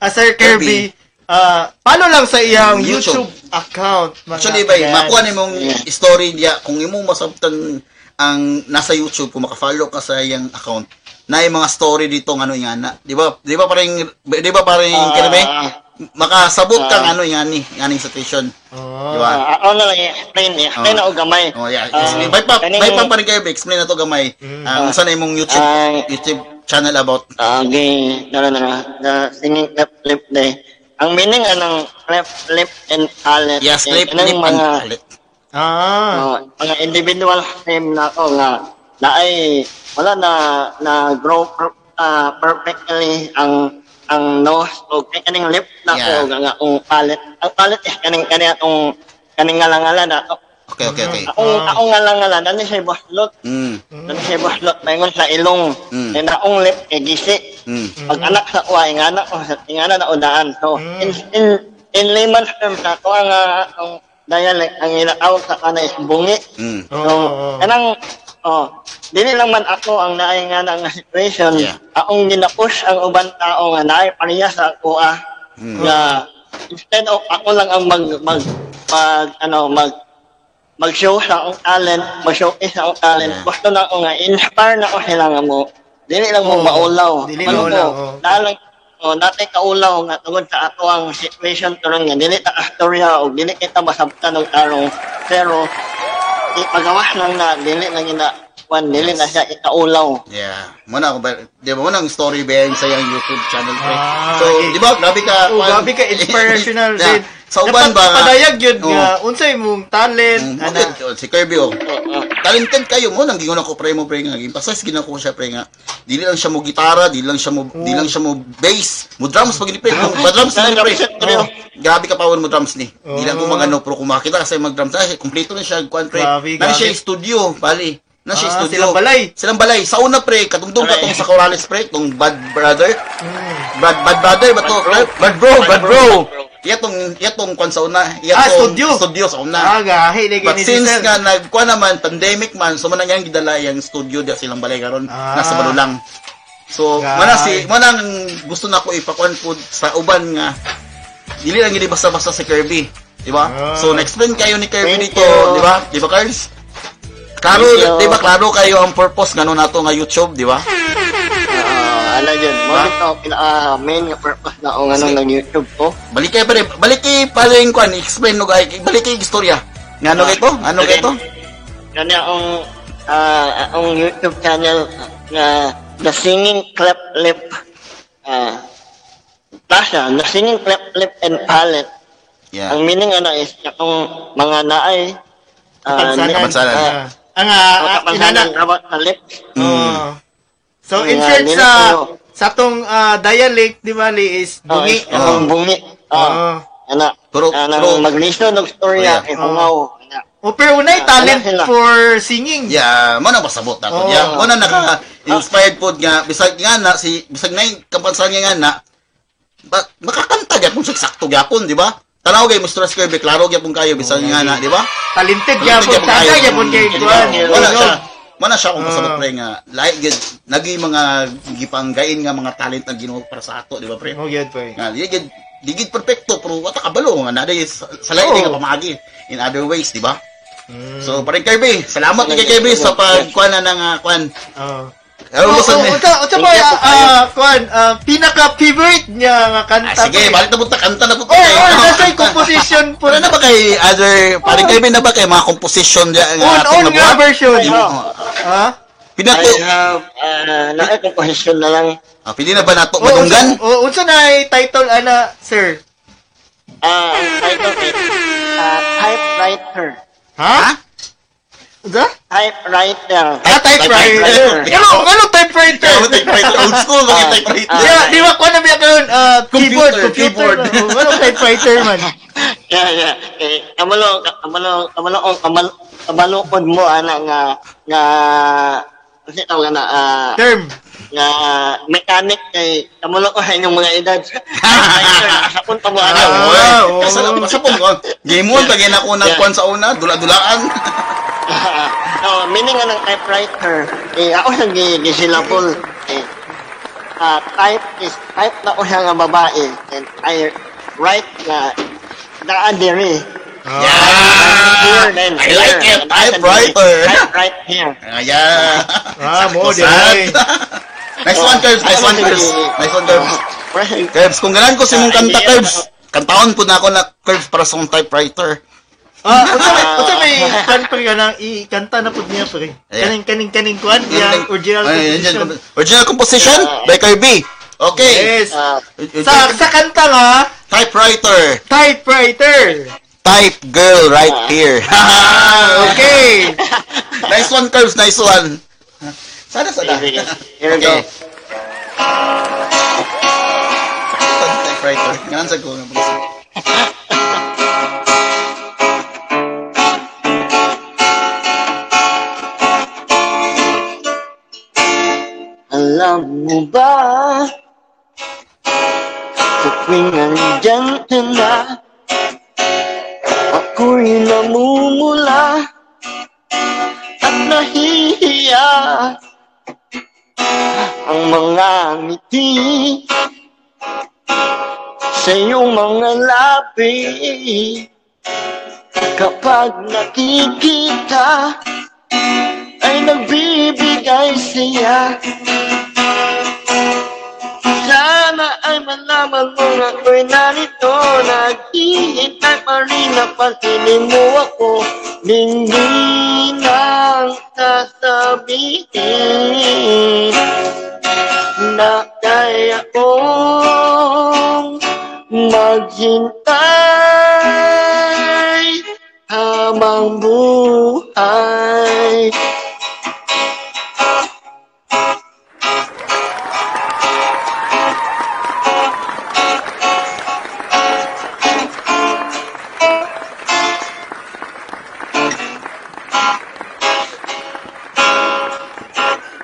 S2: ah, Sir Kirby.
S1: Kirby.
S2: Ah, paano lang sa iyang
S1: YouTube.
S2: YouTube, account? mga
S1: Actually, bay,
S2: kayan?
S1: makuha ni mong
S3: Yeah.
S1: story diya kung imo masabtan ang nasa YouTube kung makafollow ka sa iyang account na yung mga story dito ng ano nga na. Di ba? Di ba parang di ba parang uh,
S3: Ah.
S1: makasabot kang ano ngani ngani sa station.
S2: Oh.
S1: Di ba?
S3: Ah, ako na lang i-explain, i-explain
S1: Ah.
S3: ako iya. gamay.
S1: Oh yeah.
S3: Ah,
S1: Yes. Bay pa,
S3: kaning-
S1: bay pa parang kayo bay, explain na to gamay. Ang saan na imong YouTube
S3: Ah.
S1: YouTube channel about
S3: Ah, okay, dala na na. The singing left, left day. Ang meaning anong left, left, and alert.
S1: Yes,
S3: Yan,
S1: clip
S3: yan ang
S1: clip
S3: mga,
S1: and
S2: Ah.
S1: Oh.
S3: ah, mga individual team na ako nga, na ay, wala na, na grow per, ah, perfectly ang ang nose o kay kaning lip na
S1: Yeah.
S3: ko nga nga ang palette. Ang palette eh, kaning kaning atong kaning ngalangala na ako.
S1: Okay, okay, okay.
S3: Akong, akong ngalangala, nani siya buhlot.
S1: Mm.
S3: Nani siya buhlot, mayroon sa ilong.
S1: Mm.
S3: Mm. Na akong lip, eh, gisi.
S1: Mm.
S3: Pag anak sa uwa, ingana ko, ingana na unaan. So,
S2: Mm.
S3: in, in, in layman's terms, ako ang, ah, ang dialect, ang ilakaw sa kana is bungi.
S1: Mm.
S2: Oo,
S3: So,
S2: oo.
S3: kanang, oh, dili lang man ako ang nainga na nga situation.
S1: Yeah.
S3: Akong ginapush ang ubang tao nga naay pariya sa ako ah.
S1: Mm.
S2: Hmm.
S3: Nga, instead of ako lang ang mag, mag, mag, ano, mag, mag-show sa akong talent, mag-showcase sa akong talent,
S2: Ah.
S1: Yeah.
S3: gusto na ako nga, inspire na ako sila nga mo. Dili lang mo
S2: Oo.
S3: maulaw.
S2: Dili
S3: Ano
S2: maulaw,
S3: mo,
S2: oo.
S3: Dalang, oh, natay kaulaw nga tungod sa ato ang situation turon nga dili ta astorya o dili kita masabtan og tarong pero ipagawas lang na dili na gina kwan nili na siya ikaulaw.
S1: Yeah. Muna ako ba, di ba, muna ang story behind sa yung YouTube channel ko.
S2: Ah,
S1: so,
S2: okay.
S1: di ba, grabe ka.
S2: Oh,
S1: kwan-
S2: grabe ka inspirational
S1: Yeah.
S2: din.
S1: Sa uban
S2: Dapat
S1: ba?
S2: ipadayag yun
S1: Oo.
S2: nga Ano? unsay mong talent
S1: Mm,
S2: ana.
S1: okay, si Kirby, oh.
S2: Ah.
S3: Oo.
S1: talented kayo mo nang gingon ako pre mo pre nga emphasis gingon ko siya pre nga dili lang siya mo gitara dili lang siya mo dili lang
S2: Oh.
S1: siya mo bass mo drums pag ni pre mo ba drums na pre
S3: Oh.
S1: gabi ka pawon mo drums ni dili lang ko
S2: Oh.
S1: magano pro kumakita sa mag drums ay kumpleto na siya kuan pre
S2: Grabe,
S1: na siya
S2: grabe.
S1: studio bali na siya
S2: Ah,
S1: studio
S2: silang balay.
S1: silang balay sa una pre katungdong ka
S3: Aray.
S1: tong sa Corales pre tong bad brother
S2: Mm.
S1: bad bad brother ba to
S3: Bad bro.
S1: bad bro bad
S3: Bad bro,
S1: bro
S3: bad bro.
S1: iya tong iya tong kuan sa una iya
S2: Ah,
S1: tong
S2: studio.
S1: studio sa una
S2: Ah, gahi na
S1: But
S2: gini
S1: since
S2: sir.
S1: nga nagkuha naman, pandemic man, so man nangyang gidala yung studio diya silang balay karon
S2: Ah.
S1: nasa Malulang. So,
S2: Guys.
S1: mana si mana ang gusto na ko ipakuan po sa uban nga dili lang gini basta-basta si Kirby, di ba?
S2: Ah.
S1: So, na-explain kayo ni Kirby
S3: Thank
S1: dito,
S3: you.
S1: di ba? Di ba, Carls? Klaro,
S3: Thank you.
S1: di ba, klaro kayo ang purpose ngano nato nga YouTube, di ba?
S3: Ah, ano yun, mo
S1: Ha?
S3: ito, pinaka ah, main nga purpose na ang ano
S1: Sige.
S3: ng YouTube ko.
S1: Balik kayo pare, balik kay paling kuan, ano, explain no guys, balik kay istorya. Ngano
S3: Ah.
S1: kay to? Ano kay
S3: Okay.
S1: to?
S3: Yan yung ang ah, ang YouTube channel na The Singing Clap Lip. Ah, Tasha, The Singing Clap Lip and Palette.
S1: Yeah.
S3: Ang meaning ano is yung mga naay ah,
S2: Kapansanan.
S3: nip-
S1: Kapansanan.
S3: ah,
S2: Ang ah,
S3: mga
S2: ah,
S3: kapansanan
S2: inana.
S3: about the lip.
S1: Mm.
S2: Oh. So
S3: Ang,
S2: in
S3: ah,
S2: short sa
S3: nilakayo.
S2: sa tong ah, dialect di ba li is
S3: Oh,
S2: bungi.
S3: is Ang bungi.
S2: Oh.
S3: Oh. Ano,
S1: Ah. Pero-
S3: ano,
S1: pero-
S3: maglisyo ng storya,
S1: Oh,
S3: eh, humaw. Ano.
S2: O Oh, pero unay
S3: Ah,
S2: talent
S3: wala sila.
S2: for singing.
S1: Yeah, mo na pasabot na ko.
S2: Oo.
S1: Yeah, mo na naka-inspired po nga bisag nga na si bisag na yung kampansan niya nga na ba, kan makakanta gyapon sa sakto gyapon, di ba? Tanaw kay Mr. Kirby, klaro gyapon kayo bisag nga na, di ba?
S2: Talented
S1: Talented
S2: gyapon, taga gyapon kay
S1: Mm,
S2: kuan.
S1: yeah, Wala siya. Wala siya kung
S2: Oo.
S1: pasabot pre nga. Lahi gyud nagi mga gipanggain nga mga talent na Ginoo para sa ato, di ba pre?
S2: Oh, gyud pa. eh.
S1: Nga di gyud di gyud perfecto pero wata kabalo nga na sa sa lahi
S2: Oo.
S1: nga pamagi in other ways, di ba?
S2: Mm.
S1: So, parang Kirby, salamat ni kay Kirby sa pagkuan na ng uh, kuan.
S2: Oh.
S1: Ewan
S2: Oh,
S1: mo sa
S2: oh, unsa unsa ba
S3: Thank you po kayo.
S2: ah kuan pinaka favorite niya nga
S1: Ah,
S2: kanta.
S1: sige, balik na punta, kanta na punta.
S2: Oh,
S1: kayo.
S2: oh, nasa composition po
S1: Pura na ba kay other, parang Kirby na ba kay mga composition dyan? nga
S2: On,
S1: ating
S2: on nga
S1: nabuhat?
S2: version.
S1: Di
S3: Ayun.
S1: mo-
S2: Ha? Ah?
S1: Pinato,
S3: I have, ah, naay composition na lang.
S1: ah, pili na ba nato
S2: Oh, unsa,
S1: madunggan?
S2: oh, unsa na ay title ana, sir?
S3: Ah, ang title is, ah, typewriter.
S1: Ha?
S2: Unsa?
S3: Typewriter.
S2: Ah, typewriter.
S1: Typewriter.
S2: Ano, ano typewriter? Iya,
S1: Kaya mo typewriter, old school mga
S3: Ah,
S1: typewriter.
S3: ah.
S2: Di ba, di ba, kuha na biya karon ah, keyboard,
S1: Computer,
S2: computer.
S1: keyboard.
S2: Oh, Ano typewriter man?
S3: Yeah, yeah. Eh, kamalo, kamalo, kamalo, kamalo, kamalukod mo, ana, nga, nga, kasi tawag na, ah,
S2: Term.
S3: nga, mechanic, kay, kamalo ko, yung mga edad. Typewriter, sa punta mo, eh. ana.
S1: Ah, oy.
S2: Ah, oo.
S1: Kasi lang, kasi po, oh, game on, lagay na ko ng
S3: Yeah.
S1: kuan sa una, dula-dulaan.
S3: no, meaning nga ng typewriter, eh, ako sa gi- gisilabol, eh, ah, type is, type na ko siya nga babae, and I write na, daan diri.
S2: Ah.
S1: Ya. Yeah!
S3: Here, then,
S1: Ah, I
S3: here.
S1: like it,
S3: And I said,
S1: typewriter.
S3: Typewriter here.
S1: Ayan.
S2: Ah, mo, di ba,
S1: Sad.
S2: eh.
S1: Nice
S3: Oh,
S1: one, Curbs. Nice one, Curbs. Nice one, Curbs.
S3: Right.
S1: Curbs, kung ganan ko si mong kanta, Curbs. Kantaon po na ako na Curbs para sa mong typewriter.
S2: Ah, unsa may, unsa may kan pa ka nang ikanta na pud niya pre. Kaning kaning kaning kuan yang
S1: Iya.
S2: original
S1: Ay, yan, yan.
S2: composition.
S1: Original composition by Kirby. Okay.
S2: Yes.
S3: Ah,
S2: Sa sa kanta nga
S1: Typewriter.
S2: typewriter.
S1: Type girl right here.
S2: Ah, Okay.
S1: nice one, Curbs. Nice one. Sana, sana.
S3: sige, sige. Uh, Here we go.
S1: Okay. Typewriter. Ngayon sa ko.
S3: Alam mo ba? Sa tuwing andyan ka na Ako'y namumula At nahihiya Ang mga ngiti Sa iyong mga labi Kapag nakikita Ay nagbibigay siya sana ay malaman mo na ako'y narito Naghihintay pa rin na pagkilim mo ako Hindi nang ang sasabihin na kaya kong maghintay habang buhay.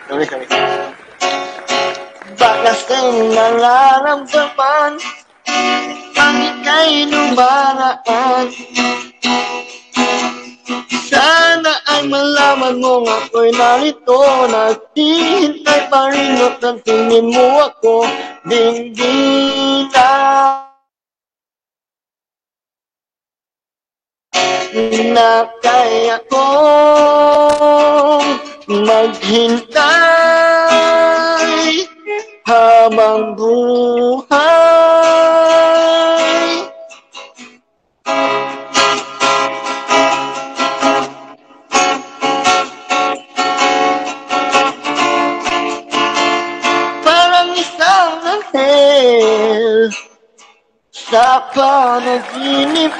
S3: Sorry, sorry. Bakas ang nararamdaman Ang ika'y lumaraan Sana ay malaman mo nga ako'y narito Naghihintay pa rin at ang tingin mo ako Dingding na na kaya kong maghintay habang buhay. Parang isang anghel sa panaginip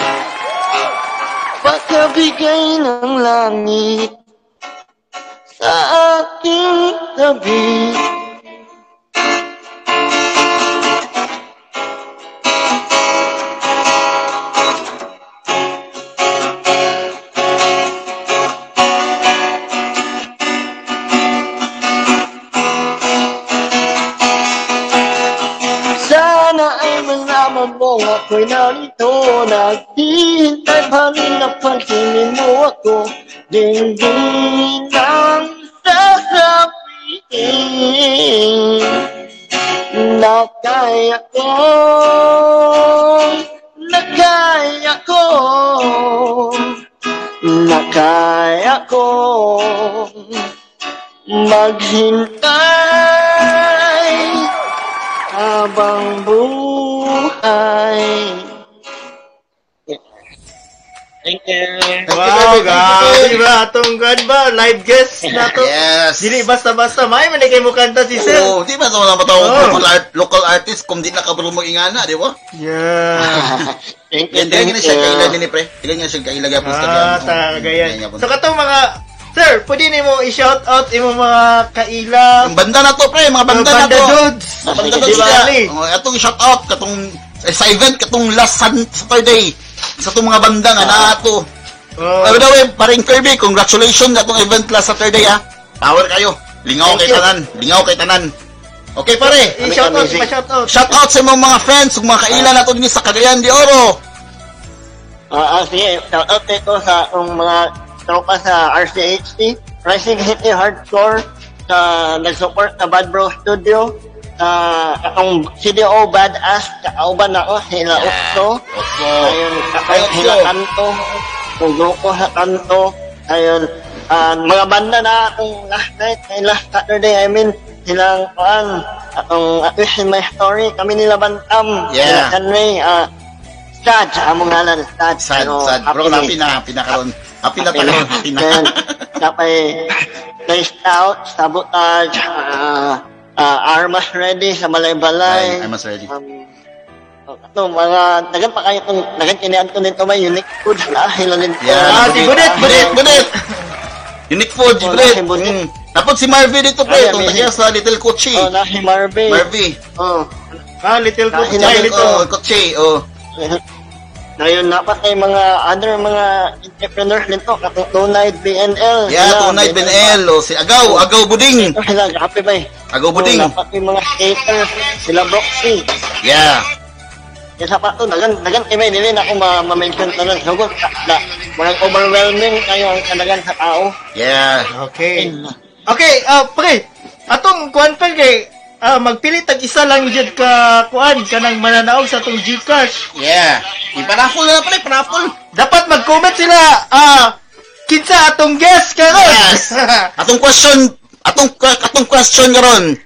S3: Pagkabigay ng langit sa aking tabi Sana ay malaman mo ako'y narito Naghihintay pa rin na pansinin mo ako Dingding ang sasabihin Na kaya ko Na kaya ko Na kaya ko Maghintay habang buhay. Thank you.
S2: Wow,
S1: Thank
S2: grabe
S1: you,
S2: ba? Atong God ba? Live guest na to.
S1: Iya. Yes.
S2: Dili basta-basta. May man kay mo kanta si Sir.
S1: Oo, Oh,
S2: Oh.
S1: di ba sa mga matawag
S2: Oo.
S1: local, art, local artist kung di nakabalo mag-ingana, di ba?
S2: Yeah.
S3: Thank you.
S1: Yan, kaya nga siya kailan din ni pre. Kaya nga siya kailan nga punta
S2: Ah, talaga yan. So katong mga Sir, pwede ni mo i-shout out imong mga kaila,
S1: Ang banda na to pre, mga
S2: mga
S1: banda na
S2: banda
S1: to.
S2: dudes.
S1: Banda na
S2: Di ba,
S1: sila.
S2: Ali?
S1: Oh, Atong shout out katong eh, sa event katong last Sun- Saturday sa itong mga banda
S2: Ah.
S1: nga na ato.
S2: Oh.
S1: By the way, paring eh, Kirby, congratulations sa itong event last Saturday ha. Power kayo. Lingaw kay
S3: Thank you.
S1: tanan. Lingaw kay tanan. Okay pare.
S2: I-shout out, pa-shout out.
S1: Shout out sa mga mga friends, sa mga kailan nato din sa Cagayan de Oro.
S3: Ah, ah, sige. Shout out ko sa ang mga tropa sa RCHT, Rising City Hardcore, sa nag-support sa Bad Bro Studio, sa akong CDO Badass, kauban ako, sila Okso, ayun, kakay
S1: Okso.
S3: sila Kanto, yung grupo sa Kanto, ayun, ah, mga banda na akong last night, ay last Saturday, I mean, silang kuan, akong At Wish in My Story, kami nila Bantam,
S1: Yeah.
S3: sila Kanray, ah, Sad, among ngalan, sad.
S1: Sad,
S3: pero
S1: sad. Bro,
S3: Ano,
S1: happy
S3: happy.
S1: na, happy na karon. Happy na
S3: Happy na.
S1: tayo, happy na.
S3: Then, tapay, placed out, sabotage, ah, ah, armas ready sa
S1: Ay,
S3: balay-balay.
S1: I must ready.
S3: Um, ito, mga, nagan pa kayo itong, nagan kinian ko nito may unique food na hilalin ko.
S1: Yeah.
S2: Ah, si Budet,
S1: Budet, budet! Unique food,
S3: Wala
S1: Budet.
S3: kay Budet.
S1: Mm. Tapos si Marvy dito, pre.
S3: Ay,
S1: Itong
S3: may-
S1: tayo sa Little Kochi.
S3: Ah, Oh, na si Marvin.
S1: Marvy.
S3: Oh.
S2: Ah, little cook.
S3: Ay,
S2: Ay,
S3: Little
S2: little.
S1: Oh, Kochi, oh.
S3: Ngayon, dapat ay mga other mga entrepreneurs nito, katong Tunay BNL.
S1: Yeah,
S3: Sila,
S1: tunay Benel. Oh, si Agaw, Agaw Buding.
S3: Ito sila, grabe ba eh.
S1: Agaw Buding.
S3: Oh, dapat yung mga skaters, sila Broxy.
S1: Yeah.
S3: Yung sapat to, nagan, nagan kami nila na kung ma- ma-mention na lang. Hugot, ah, na, marang overwhelming kayo ang kanagan sa tao.
S1: Yeah.
S2: Okay. Okay, ah, pre. Atong kuan pa kay ah, magpili tag isa lang jud ka kuan kanang mananaog sa atong Gcash.
S1: Yeah. Iparapol na pre, parapol.
S2: Dapat mag-comment sila. Ah, kinsa atong guest karon.
S1: Yes. Atong question, atong atong question karon.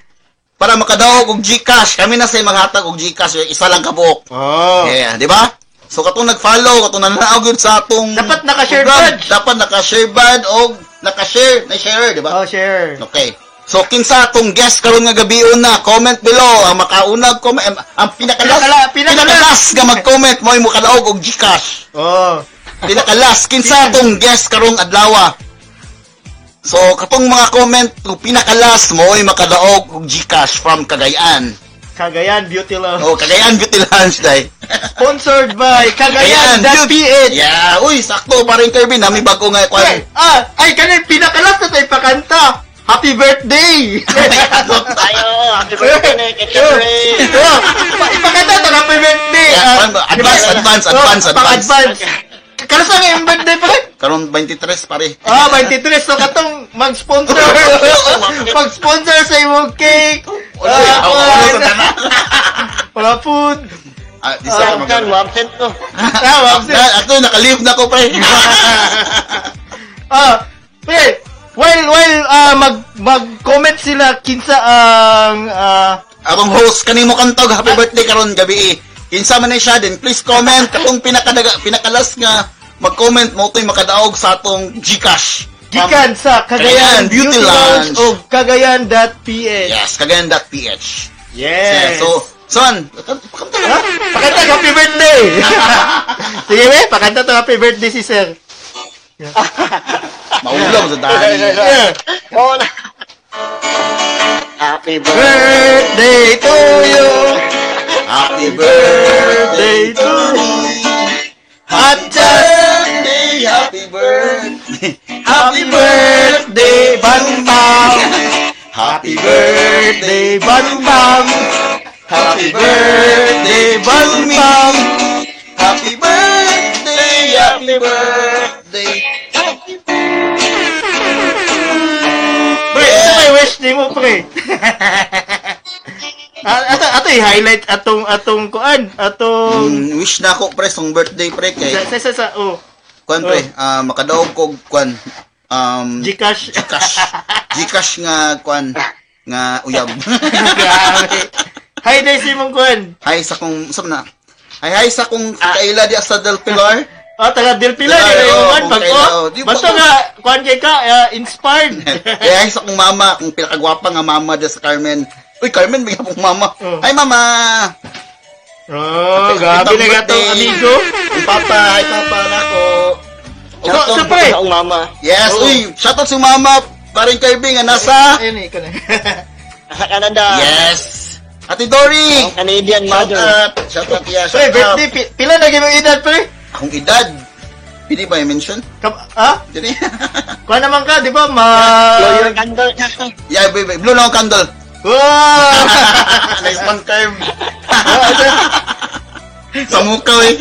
S1: Para makadaog og GCash, kami na say maghatag og GCash, isa lang kabuok.
S2: oh.
S1: Yeah, di ba? So katong nag-follow, katong nananaog yun sa atong
S2: Dapat naka-share
S1: program,
S2: badge.
S1: Dapat naka-share badge og Naka-share, na-share, di ba?
S2: Oh, share.
S1: Okay. So kinsa atong guest karon nga gabi una, comment below ang makaunag comment ang, ang pinakalas
S2: Pinakala- pinakalas.
S1: pinakalas nga mag-comment mo imo kalaog og Gcash.
S2: Oh.
S1: Pinakalas kinsa atong guest karong adlaw. So katong mga comment kung pinakalas mo ay makadaog og Gcash from Cagayan.
S2: Cagayan Beauty Lounge.
S1: Oh, Cagayan Beauty Lounge day.
S2: Sponsored by
S1: Cagayan
S2: Cagayan.ph.
S1: Yeah, uy sakto pa rin Kirby, nami bago nga
S2: Ay,
S1: kwan.
S2: ah, ay, kanil, pinakalas na tayo pakanta. Happy birthday!
S3: Tayo, happy birthday na kay Jeffrey.
S2: oh, ipa- ipakanta ito, happy birthday!
S1: Yeah,
S2: Ah,
S1: advance, advance, advance, advance,
S2: oh, Pang-advance. Karasa nga yung birthday pa rin?
S1: Karon 23 pare.
S2: Ah, 23. So, katong mag-sponsor. Mag-sponsor sa imong cake.
S1: Ulo,
S2: Ah,
S1: ulo, ulo sa
S2: wala-
S1: tanan.
S2: Wala food.
S1: Ah, di
S3: Sa
S1: sa
S3: Ramdan,
S1: mag-
S3: wabsent ko.
S2: Ah, wag
S1: Na, ato, nakalive na ko pa eh.
S2: Ah, pre, while, while, ah, mag, mag-comment sila kinsa ang, ah,
S1: Akong host, kanimo kantog, happy birthday karon gabi eh. Kinsa man na siya din, please comment. Katong pinakadaga, pinakalas nga, mag-comment mo ito'y makadaog sa atong Gcash.
S2: gikan sa Cagayan,
S1: Cagayan Beauty Lounge.
S2: o Cagayan.ph.
S1: Um, Yes, kagayan.ph.
S2: Yes.
S1: So, son, kamta
S2: Ha? Pakanta happy birthday! Sige be, pakanta to happy birthday si sir.
S1: Maulong sa dani.
S2: Iya.
S3: Oo na. Happy birthday.
S2: Birthday to you,
S1: Happy birthday to me.
S2: at just
S1: Birthday, happy birthday.
S2: happy birthday, Bantam!
S1: Happy birthday.
S2: Birthday, Bantam!
S1: Happy birthday,
S2: Bantam!
S1: Happy birthday, happy birthday.
S2: Pre, ito may wish ni mo, pre. A- ato, ato i-highlight atong, atong, kuan, atong,
S1: Mm, wish na ako pre song birthday pre kay
S2: sa, sa, sa, sa, oh,
S1: kwan pre ah makadaog kog kwan um
S2: Gcash.
S1: Gcash Gcash nga kwan nga uyab.
S2: Grabe. Hi, Daisy mong kuan.
S1: Hay sa kong sab na. Hay hay sa kong kaila di sa Del Pilar.
S2: O, Ah, taga Del Pilar,
S1: Pilar,
S2: yun yung
S1: oo,
S2: kuan,
S1: kung
S2: pag,
S1: kailan,
S2: oh,
S1: oo. Di ba-
S2: basta nga, kuan kay ka, ah, inspired.
S1: Hay hay sa kong mama, kung pinakagwapa nga mama di sa Carmen. Uy, Carmen, may hapong mama.
S2: Oh.
S1: Ay, mama!
S2: oh, grabe na gato,
S1: birthday.
S2: amigo.
S1: Ay, papa! Ay, papa na ako!
S2: So, so, pre,
S3: Ang mama.
S1: Yes,
S2: Oo.
S1: uy, shoutout si mama, paring Kirby nga nasa.
S2: ayun eh, ikaw na.
S3: Sa Canada.
S1: Yes. Ate Dory.
S3: Ang Canadian mother.
S1: Shoutout. Shoutout ya.
S2: Pre,
S1: Shoutout.
S2: birthday, pi- pila na gano'ng edad, pre?
S1: Akong edad. Hindi ba i-mention?
S2: Kam- ah,
S1: Dili.
S2: kuan naman ka, di ba, ma...
S3: Blow your candle.
S1: yeah, baby. Blue long candle.
S2: Wow!
S1: nice one, Kirby. Sa mukha, eh.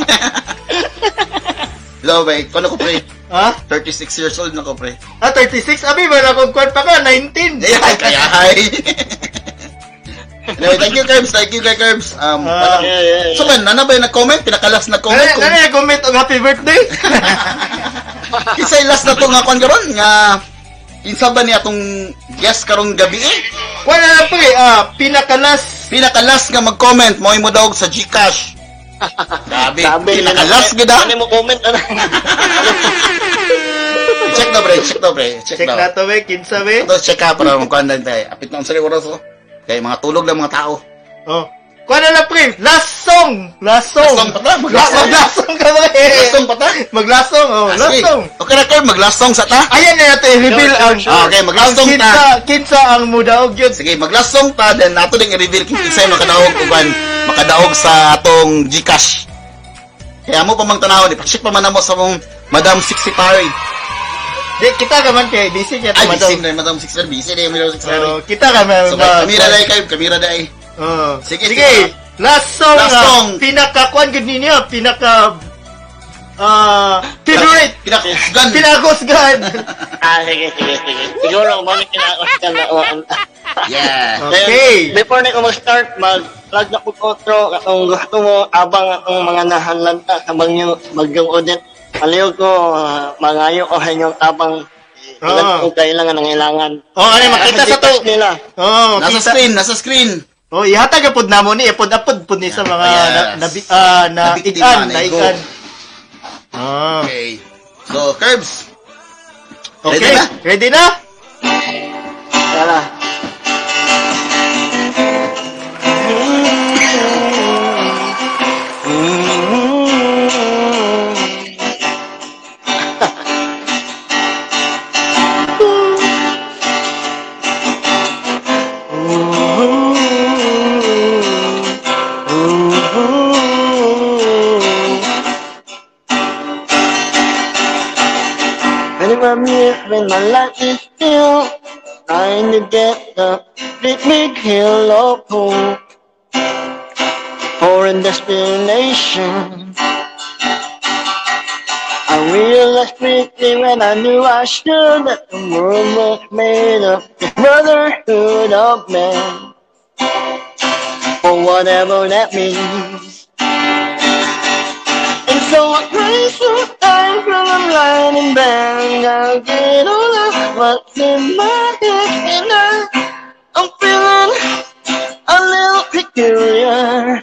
S1: Hello, bay. Kano ko, pre?
S2: ah,
S1: 36 years old na ko, pre.
S2: ah, 36, abi, ba na kung kuan pa ka, 19.
S1: Ay, ay, kaya, ay. anyway, thank you, Kirbs. Thank you, kay Kirbs. Um,
S2: Ah,
S1: walang-
S3: yeah, yeah, yeah.
S1: So, man, nana ba yung nag-comment? Pinakalas na
S2: Ano,
S1: comment ko.
S2: ano, comment og happy birthday?
S1: Kinsa last na to nga kwan karon nga kinsa ba ni atong guest karong gabi eh?
S2: Kuan na lang, pre, ah, pinakalas
S1: Pinaka last nga mag-comment mo mo daw sa GCash. Grabe.
S3: Sabi,
S1: Pinaka last gid ah.
S3: Ano mo comment? Ano?
S1: Check na pre, check na pre, check,
S2: Check
S1: na.
S2: na to, we. Kinsa, we.
S1: Ito check ka para mo kuan tayo. Apit na ang sari oras oh. Kay mga tulog ng mga tao.
S2: Oh. Kuha na lang, pre. Last song. Last song.
S1: Last song pa ta?
S2: La-
S1: Maglasong.
S2: Maglasong ka, pre.
S1: Last song pa ta?
S2: Maglasong, oh. Last
S1: Sige.
S2: song.
S1: Okay na Kirb, mag-last song sa ta.
S2: Ayan na natin, i-reveal
S3: Sure,
S2: ang...
S3: sure,
S1: sure. Okay, mag-last
S2: ang
S1: song
S2: kinsa,
S1: ta.
S2: Kinsa ang Oh, mudaog yun.
S1: Sige, mag-last song pa then ato ding i-reveal kung kinsa yung makadaog uban makadaog sa atong GCash. Kaya mo pa mang tanaw, ipacheck pa man na mo sa mong Madam Sixty Parry.
S2: Di, kita ka man kay busy kaya
S1: Ay, busy
S2: tumadog.
S1: na Madam Sixer. Busy na yung Madam Sixer.
S2: So, Oh, kita ka man.
S1: So,
S2: ba-
S1: may kamera dahil kayo. Kamera dahil.
S2: Oh.
S1: Sige,
S2: Sige. Last song.
S1: Last
S2: ah,
S1: song.
S2: Pinaka, kuhan good ninyo. Pinaka... Ah... favorite. kan.
S1: Pinakasgan.
S2: Pinakosgan.
S3: Ah, sige, sige, sige. Siguro, mga kinaos ka na. o, ang-
S1: Yeah.
S2: Okay.
S3: Then, Before na ko mag-start, mag-plug na po outro. Kung gusto mo, abang akong mga nahanlanta sa mga magyong audit. Aliw ko, ah, mangayo o hanyong abang.
S2: Ah.
S3: Ilan kung kailangan ng ilangan.
S2: Oh, ano, makita sa to.
S3: Kasi nila.
S2: Oh,
S1: Nasa
S2: kita.
S1: screen. Nasa screen.
S2: Oh, ihatag apod na mo ni ipod apod pud ni sa mga
S1: Oh, Yes.
S2: na, nabi- ah, na
S1: Nabiktima,
S2: igan, na
S1: naigo.
S2: igan. Ah.
S1: Okay. So, Curbs. Ready
S2: Okay,
S1: na?
S2: ready na?
S3: Tara. When I'm here, when my life is still, trying to get the big, big hill of hope for an destination. I realized quickly when I knew I should that the world was made of the brotherhood of men. Or whatever that means. And so I pray sometimes when I'm lying in bed, I'll get all of what's in my head, and I, I'm feeling a little peculiar.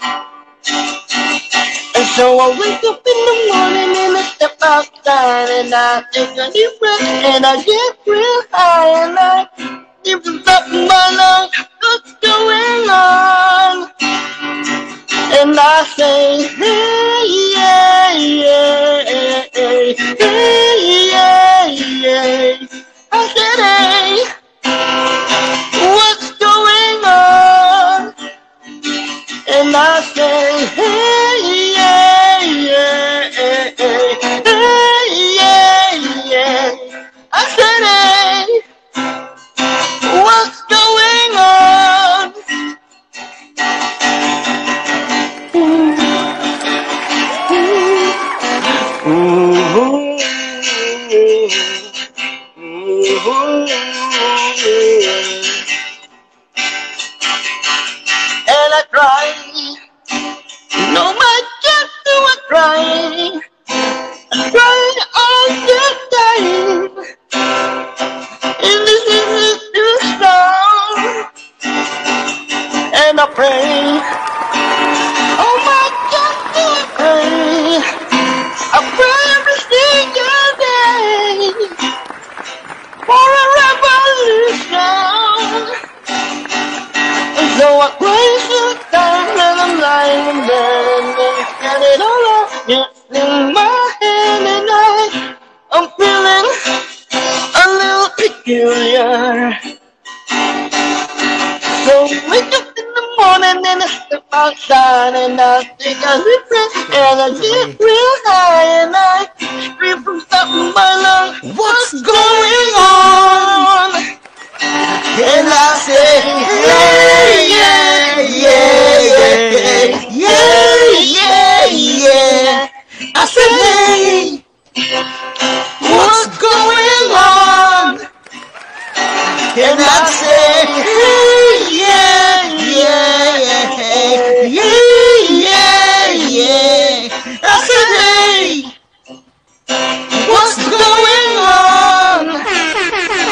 S3: And so I wake up in the morning and I step outside and I take a deep breath and I get real high and I give up my lungs. What's going on? And I say, hey, yeah, yeah, hey, yeah, yeah. I said, hey, what's going on? And I say, hey, yeah, yeah, hey, yeah, yeah. I said, hey, what's going on? And I cry. No, my God, do I cry? I cry all the time. And this is a new song. And I pray. Oh my God, do I pray? I pray every single day for a revolution. And so I pray sometimes when I'm lying in bed and get it all up in my head and I, I'm feeling a little peculiar. So wake up in the morning and I step outside and I take a deep breath and I get real high and I scream from top of my lungs. What's going on? And I say, yeah, yeah, yeah, yeah, yeah, yeah, yeah. I say, hey, what's going on? And I say, hey, yeah, yeah, yeah, yeah, yeah. I said, hey, what's going on?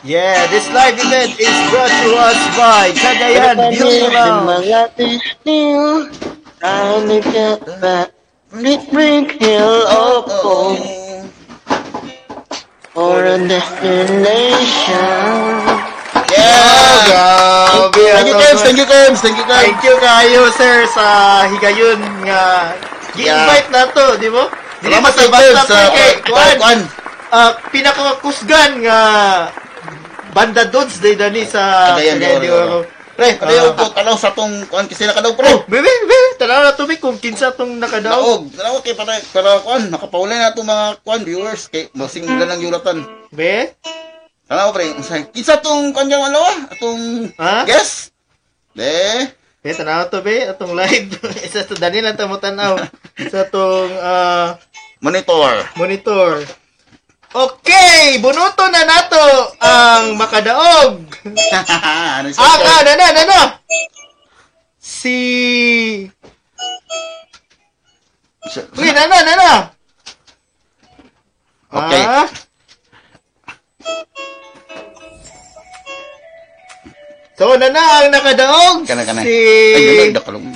S2: Yeah, this live event is brought to us by Cagayan Beauty Lounge.
S3: Trying to get that big, big hill of gold for a destination.
S2: Oh,
S1: Yeah!
S2: grabe.
S1: Thank you,
S2: ano
S1: Kems!
S2: to?
S1: Thank you, Kems! Thank you, Kems!
S2: Thank you kayo, sir, sa higayon nga gi-invite na to, di mo? Dili
S1: Salamat
S2: pa
S1: kay
S2: basta
S1: Kems!
S2: pa kay Kuan,
S1: Kuan!
S2: ah, pinakakusgan nga banda dudes day dani sa
S1: Cagayan de
S2: Cagayan de
S1: Oro.
S2: Oro.
S1: Pre,
S2: Ah.
S1: kadayaw po, talaw sa tong kuan kasi nakadaw pre.
S2: Bebe, bebe, tanaw na tumi kung kinsa tong
S1: Naog,
S2: nakadaog.
S1: talaw kay para para kuan, nakapaulay na tong mga kuan viewers kay mosing nila lang yulatan.
S2: Be?
S1: Tanaw pre, unsay kinsa tong kuan yung ano ah? Atong
S2: Ha?
S1: guess? De,
S2: Be, tanaw to be, atong live. Isa to dani lang tamo tanaw sa tong ah,
S1: monitor.
S2: monitor. Okay, bunuto na nato ang makadaog.
S1: ano siya?
S2: Ah, ah, na, na, na, na. Si... Uy, na, na, na, na.
S1: Okay.
S2: Ah. So, na na ang nakadaog
S1: Kana kana.
S2: si
S1: Ay, yun, dakalong.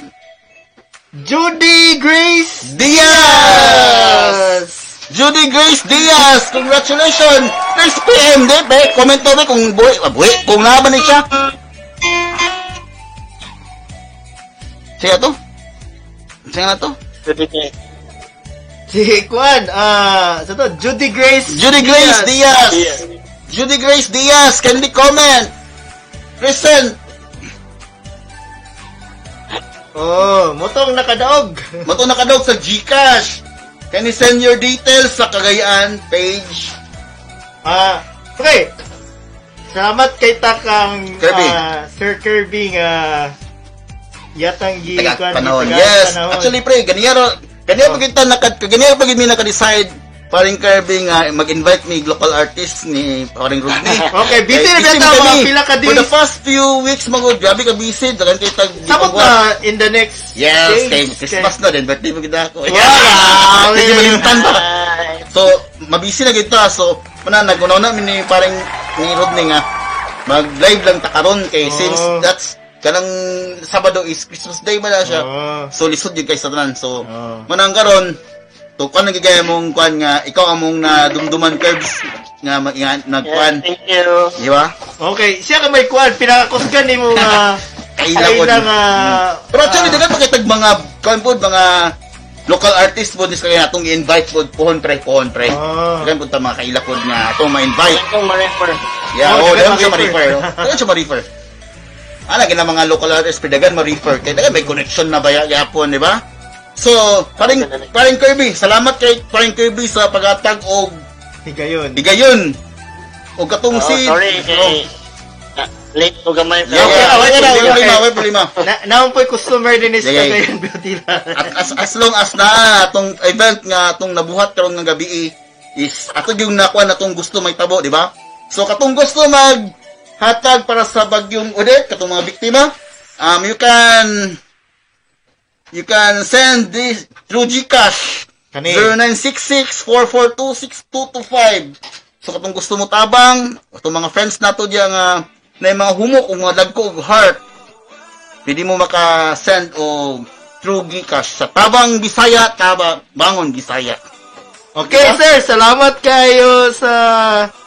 S2: Judy Grace
S1: Diaz! Judy Grace Diaz, congratulations! Next PM, di ba? Comment to me kung buhay, ah, buhay, kung laban ni siya. Siya to? Siya na to?
S2: Si Kuan, ah, sa to, Judy Grace.
S1: Judy Grace Diaz! Judy Grace Diaz, can we comment? Present!
S2: Oh, motong nakadaog.
S1: Mato na ka daw sa Gcash. Can you send your details sa Cagayan page?
S2: Ah, pre. Salamat kay takang
S1: Kirby.
S2: ah, Sir Kirby nga yatang gi
S1: Taga
S2: kuan,
S1: panahon.
S2: taga-
S1: Yes.
S2: panahon.
S1: Actually, pre, ganyan ganyan pag kita nakad ganyan pag mi naka-decide paring Kirby nga mag-invite me local artist ni paring Rudy.
S2: Okay, busy na
S1: Kay-
S2: bitaw,
S1: busy
S2: mga
S1: kami.
S2: pila ka
S1: For
S2: days.
S1: the first few weeks magod, grabe ka busy, dagan kay tag
S2: Sabot na in the next
S1: Yes, kay
S2: days.
S1: Christmas na din, birthday mo kita ako.
S2: Wow!
S1: Hindi malimtan pa. So, mabisi na kita. So, muna, nagunaw na ni parang ni Rodney nga. Mag-live lang ta karon kay since
S2: Oh.
S1: that's kanang Sabado is Christmas Day man na siya.
S2: Oh.
S1: So, lisod yun kay Satanan. So,
S2: Oh.
S1: manang karon to kuan nagigay mong kuan nga ikaw among na dumduman curves nga ma- nga nagkuan.
S3: Thank you.
S1: Di ba?
S2: Okay, siya ka may kuan pinakakusgan nimo nga
S1: Kaila
S2: Ay,
S1: po.
S2: lang, ah,
S1: Pero actually,
S2: ah.
S1: dagan pa kitag mga kuan po, mga local artist po dis kaya atong i-invite po pohon pre pohon pre.
S2: Oh.
S1: Dagan po ta mga kaila po nga atong ma-invite.
S3: Thank you, ma-refer.
S1: Yeah,
S2: Oh,
S1: oh,
S2: dagan
S1: dagan siya
S2: ma-refer.
S1: ma-refer. oh. Dagan siya ma-refer. Ala, gina mga local artists, pero dagan ma-refer. Kaya dagan may connection na baya yapon, di ba? So, paring, paring Kirby, salamat kay paring Kirby sa pagatag o
S2: higayon.
S1: higayon. O katong
S3: Oh,
S1: si...
S3: sorry, kay... ah, Late ko gamay.
S1: Yeah, yeah, yeah.
S2: Okay,
S1: Wait,
S2: okay,
S1: wait,
S2: okay.
S1: wait, wait, wait, wait.
S2: Na naon po'y customer din is
S1: Yeah, yeah.
S2: kagayon beauty
S1: At as, as long as na atong event nga atong nabuhat karon ng gabi eh, is ato yung nakuha na atong gusto may tabo, di ba? So katong gusto mag hatag para sa bagyong Odette, katong mga biktima, um, you can you can send this through Gcash
S2: Kani.
S1: 0966-442-6225. So katong gusto mo tabang, atong mga friends nato diya nga na yung mga humok o mga dagko o heart, pwede mo maka-send o through Gcash sa Tabang Bisaya, Tabang Bangon Bisaya.
S2: Okay, sir, salamat kayo sa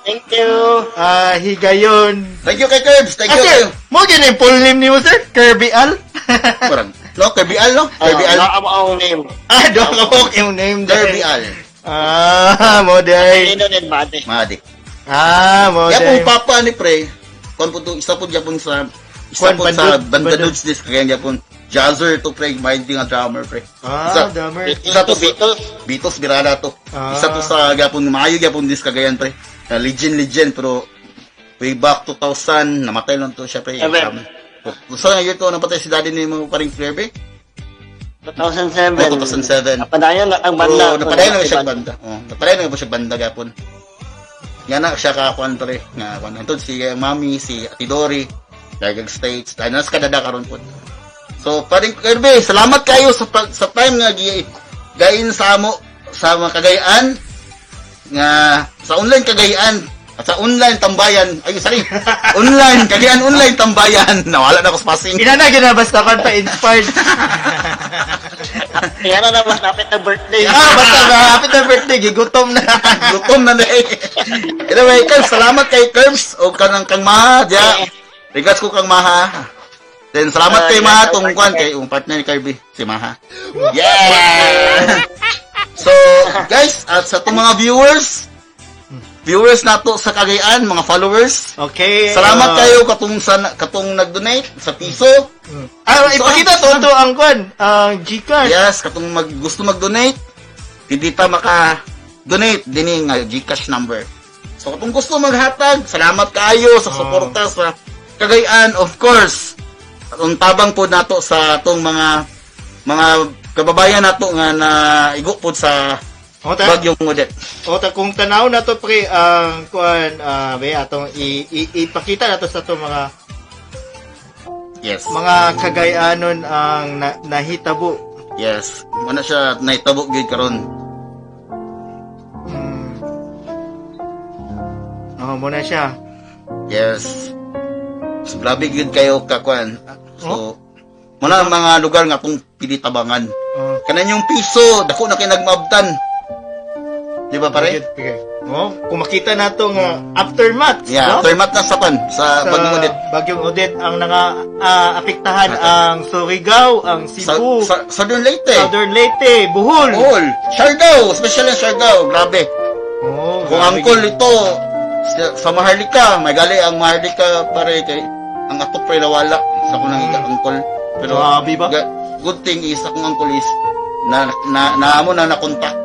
S3: Thank you.
S2: ah, higayon.
S1: Thank you kay Curbs. Thank
S2: Ah,
S1: you.
S2: sir,
S1: Sir.
S2: mo yun yung full name niyo, sir? Kirby Al?
S1: Parang, no, Kirby Al, no?
S3: Ah,
S1: Kirby Al.
S3: na- ang- ang name.
S2: ah, doon ako yung name
S1: Kirby
S2: dahil.
S1: Al.
S2: Ah, mo dahil.
S3: Sino din ba, ate?
S1: Madik.
S2: Ah, mo
S1: Kaya
S2: dahil.
S1: pong Ya, papa ni Pre, kung po to, isa po dyan pong sa, isa
S2: Kwan,
S1: po sa
S2: bandod,
S1: banda
S2: bandod.
S1: dudes this, kaya niya pong jazzer to Pre, mighty nga drummer Pre. Isa,
S2: Ah, dumber.
S1: isa to sa,
S3: Beatles.
S1: Beatles, birada to.
S2: Ah.
S1: Isa to sa gapon, maayo gapon this kagayan Pre. Na Ya, legend, legend, pero way back 2000, namatay lang to siya Pre.
S3: Ever.
S1: Kung saan nga year to, napatay gitu, si daddy ni mo paring Kirby?
S3: 2007.
S1: Oh, 2007.
S3: Napadayon na ang banda.
S1: Oo, napadayon na siya banda. Oo, napadayon na po siya banda gapon. Nga na siya kakuan pre, nga kuan Ito, si eh, Mami, si Ate Dory, Dagag States, dahil nasa Canada karon po. So, paring Kirby, salamat kayo sa pag, sa time nga gi gain sa amo sa mga kagayaan nga sa online kagayaan at sa online tambayan ay sorry online kagayaan online tambayan nawala na ako sa passing
S2: Ina na, ginabasta ka pa, inspired.
S3: Kaya na naman napit na birthday.
S2: ah, basta na, happy na birthday, gigutom na.
S1: Gutom na na eh. Anyway, Kerbs, salamat kay Kerbs. O kanang kang maha, diya. Regards ko kang maha. Then, Ah, salamat kay maha tungkwan kay yung partner ni Kirby, si maha. Yeah! so, guys, at sa itong mga viewers, viewers nato sa Cagayan, mga followers,
S2: Okay.
S1: salamat
S2: ah,
S1: kayo katong, sa, katong nag-donate sa piso.
S2: Ah, ipakita to, to ang kwan, ang Gcash.
S1: Yes, katong mag, gusto mag-donate, hindi ta maka-donate din yung Gcash number. So, katong gusto maghatag, salamat kaayo sa suporta sa Cagayan, of course. Ang tabang po nato sa atong mga mga kababayan nato nga na igo po sa
S2: O, ta-
S1: Bagyong Odette.
S2: O ta kung tanaw na to pre ang kuan ah may atong i, i, ipakita na to sa to mga
S1: Yes.
S2: mga kagayanon ang na, nahitabo.
S1: Yes. Muna siya naitabok gyud karon.
S2: Hmm. Oh, muna siya.
S1: Yes. So, grabe gyud kayo kakuan. So, muna ang mga lugar nga kung pili tabangan.
S2: Oh.
S1: Kanan yung piso, dako na kay nagmaabtan. Di ba pare?
S2: Sige, sige. Oh, kung makita na itong aftermath,
S1: Yeah,
S2: no?
S1: termat na sa pan sa Ah,
S2: sa
S1: Bagong Audit.
S2: Bagyong Odette ang nanga ah, apektahan ang Surigao, ang
S1: Sa,
S2: Cebu,
S1: sa, Oh. Southern Leyte.
S2: Southern Leyte, Bohol.
S1: All. Siargao, especially ang Siargao, grabe.
S2: Oh,
S1: Kung
S2: grabe.
S1: angkol ito, sa, sa Maharlika, may gali ang Maharlika pare kay ang ato pre nawala sa kunang ika angkol. Pero
S2: Hmm. Grabe ba?
S1: ga- good thing is akong angkol is na na naamo na nakontak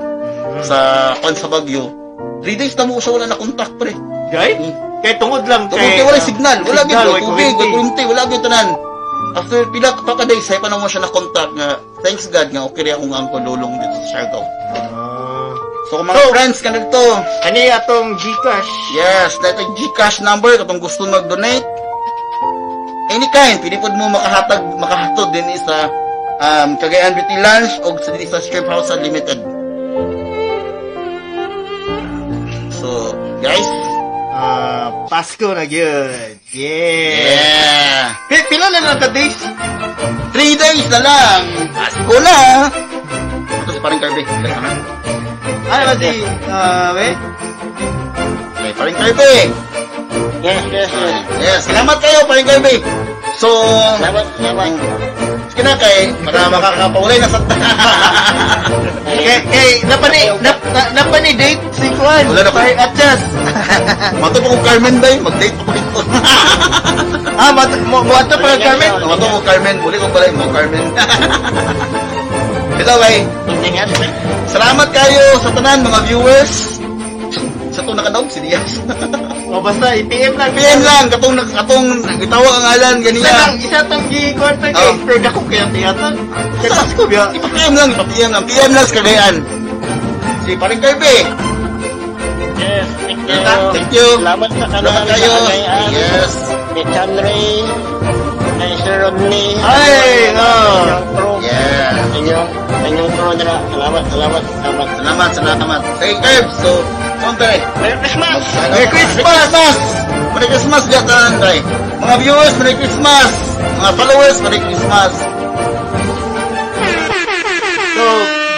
S2: Hmm.
S1: sa kon sa Bagyo. Three days na mo siya wala nakontak pre.
S2: Guy?
S1: Mm.
S2: Kay tungod lang
S1: Tungkol kay wala signal, wala gyud
S2: signal,
S1: wala tubig, wala
S2: kuryente.
S1: kuryente, wala gyud tanan. After pila pa ka days, ay pa na mo siya nakontak nga thanks God nga okay ra akong angkol lulong dito sa Siargao.
S2: Ah.
S1: So kung mga
S2: So,
S1: friends ka nito,
S2: Ano yung atong Gcash?
S1: yes, dito yung Gcash number katong gusto mag-donate. Any kind, pwede po mo makahatag, makahatod din sa um, Cagayan Beauty Lounge o sa din sa Strip House Unlimited. So, guys,
S2: Ah, Pasko na yun. Yeah.
S1: yeah!
S2: Pi- Pila na lang ka days?
S1: Three days na lang! Pasko na! Ito parang Kirby. Teka na.
S2: Ano ba si, ah, wait?
S1: Okay, parang Kirby!
S3: Yes, yes, yes.
S1: Yes, salamat kayo, parang Kirby! So,
S3: Salamat, salamat.
S1: sige na kay, para makakapaulay na sa...
S2: Kay, kay, napani, nap, na, napani date si Kwan.
S1: Wala na po.
S2: Kay Atchas.
S1: Mato pa kung Carmen ba yun? Mag-date pa ulit ko.
S2: ah, mat, mo, mo ato pa Carmen.
S1: Mato kung Carmen. Uli ko pala yung Carmen. Ito way.
S3: Tingnan,
S1: Salamat kayo sa tanan mga viewers. Sa itong nakadaog si Diaz.
S2: O basta, i-PM lang.
S1: PM lang. Katong, katong, itawa ang alan.
S2: Isa lang,
S1: Ganyan.
S2: isa tong G-Kwan pa
S1: Oh.
S2: kay Fred ako kaya tiyatan. Kay Pasko biya.
S1: Ipa-PM lang. Ipa-PM lang. PM lang sa kagayan. Si Paring Kirby.
S3: Yes, thank you.
S1: Thank you.
S3: Salamat sa kanal.
S1: Salamat Ano kayo. Yes.
S3: Ni Chandray, ni Sir Rodney.
S2: Ay, no.
S3: Inyong crew.
S1: Yeah.
S3: Inyong, inyong crew nila. Salamat, salamat, salamat.
S1: Salamat, salamat. Say Kirbs. So, kontre.
S3: Merry Christmas!
S1: Ano?
S2: Merry Christmas!
S1: Merry Christmas, Jatan Andre. Mga viewers, Merry Christmas. Mga followers, Merry Christmas.
S2: So,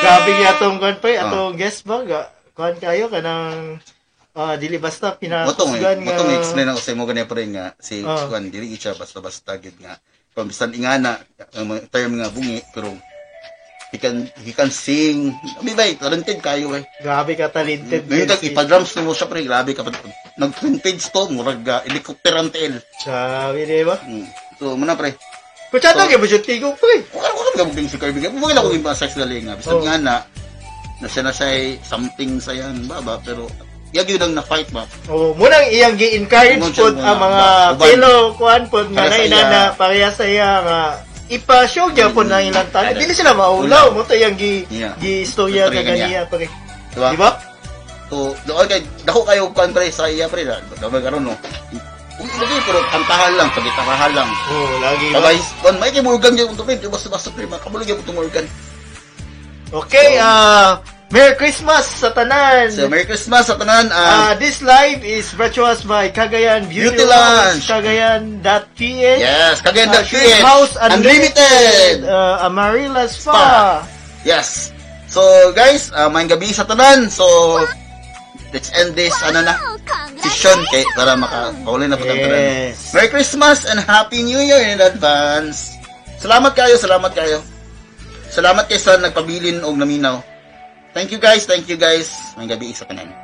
S2: gabi niya itong Kwan pa
S1: Oh.
S2: atong guest ba? Ga- Kwan kayo ka ng... Ah, dili basta
S1: Motong
S2: pinasugan
S1: eh.
S2: nga.
S1: Motong explain ako sa imo ganyan pa rin nga si
S2: Ah.
S1: Juan dili siya basta-basta gid nga. Kung bisan ingana ang mga term nga bungi pero he can he can sing. Abi bay talented kayo eh.
S2: Grabe ka talented. eh.
S1: Ngayon tag
S2: Vince.
S1: ipa-drums na mo siya pre grabe ka pa. Nag vintage to murag uh, helicopter ang tail.
S2: Grabe, di ba?
S1: Mm. So muna pre. Oh.
S2: Kutsado kay Bujot Tigo, pre.
S1: Wala ko lang gabugin si Kirby. Wala ko yung sex na nga. Bisan
S2: Oh.
S1: nga na, na siya na siya'y something sa yan, baba, pero yag yun ang na-fight ba?
S2: O, munang iyang gi-encourage
S1: Munang
S2: po
S1: siya muna.
S2: ang mga
S1: Uban.
S2: fellow kuan po nga
S1: Pareha
S2: na
S1: sa iya.
S2: inana pareha sa iya nga ipa-show niya po ng ilang tao.
S1: Ano?
S2: Dili sila maulaw mo to yang gi
S1: Yeah.
S2: gi-istorya
S1: Istorya
S2: ka ganiya, pre.
S1: Diba?
S2: Di ba?
S1: So, doon kay, dako kayo country sa iya, pre, na, dami karon no. Uy, lagi, pero kantahan lang, pagitarahan lang.
S2: Oh, lagi. ba?
S1: Sabay, kung may kimurgan yung tupid, yung basta-basta pre, makabulog yung tumurgan.
S2: Okay, ah Merry Christmas sa tanan.
S1: So, Merry Christmas sa tanan, ah,
S2: Ah, this live is virtuous by Cagayan Beauty,
S1: Beauty Lounge.
S2: Lounge, Cagayan.ph.
S1: yes, kaganda,
S2: Ah, Shrimp House Unlimited. Uh, Amarillo Spa.
S1: Yes. So, guys, uh, maayong gabi sa tanan. So, let's end this, ano na, session kay, para makakaulay na po ang tanan.
S2: Yes.
S1: Merry Christmas and Happy New Year in advance. Salamat kayo, salamat kayo. Salamat kay sa nagpabilin og naminaw. Thank you guys, thank you guys. Maayong gabi sa tanan.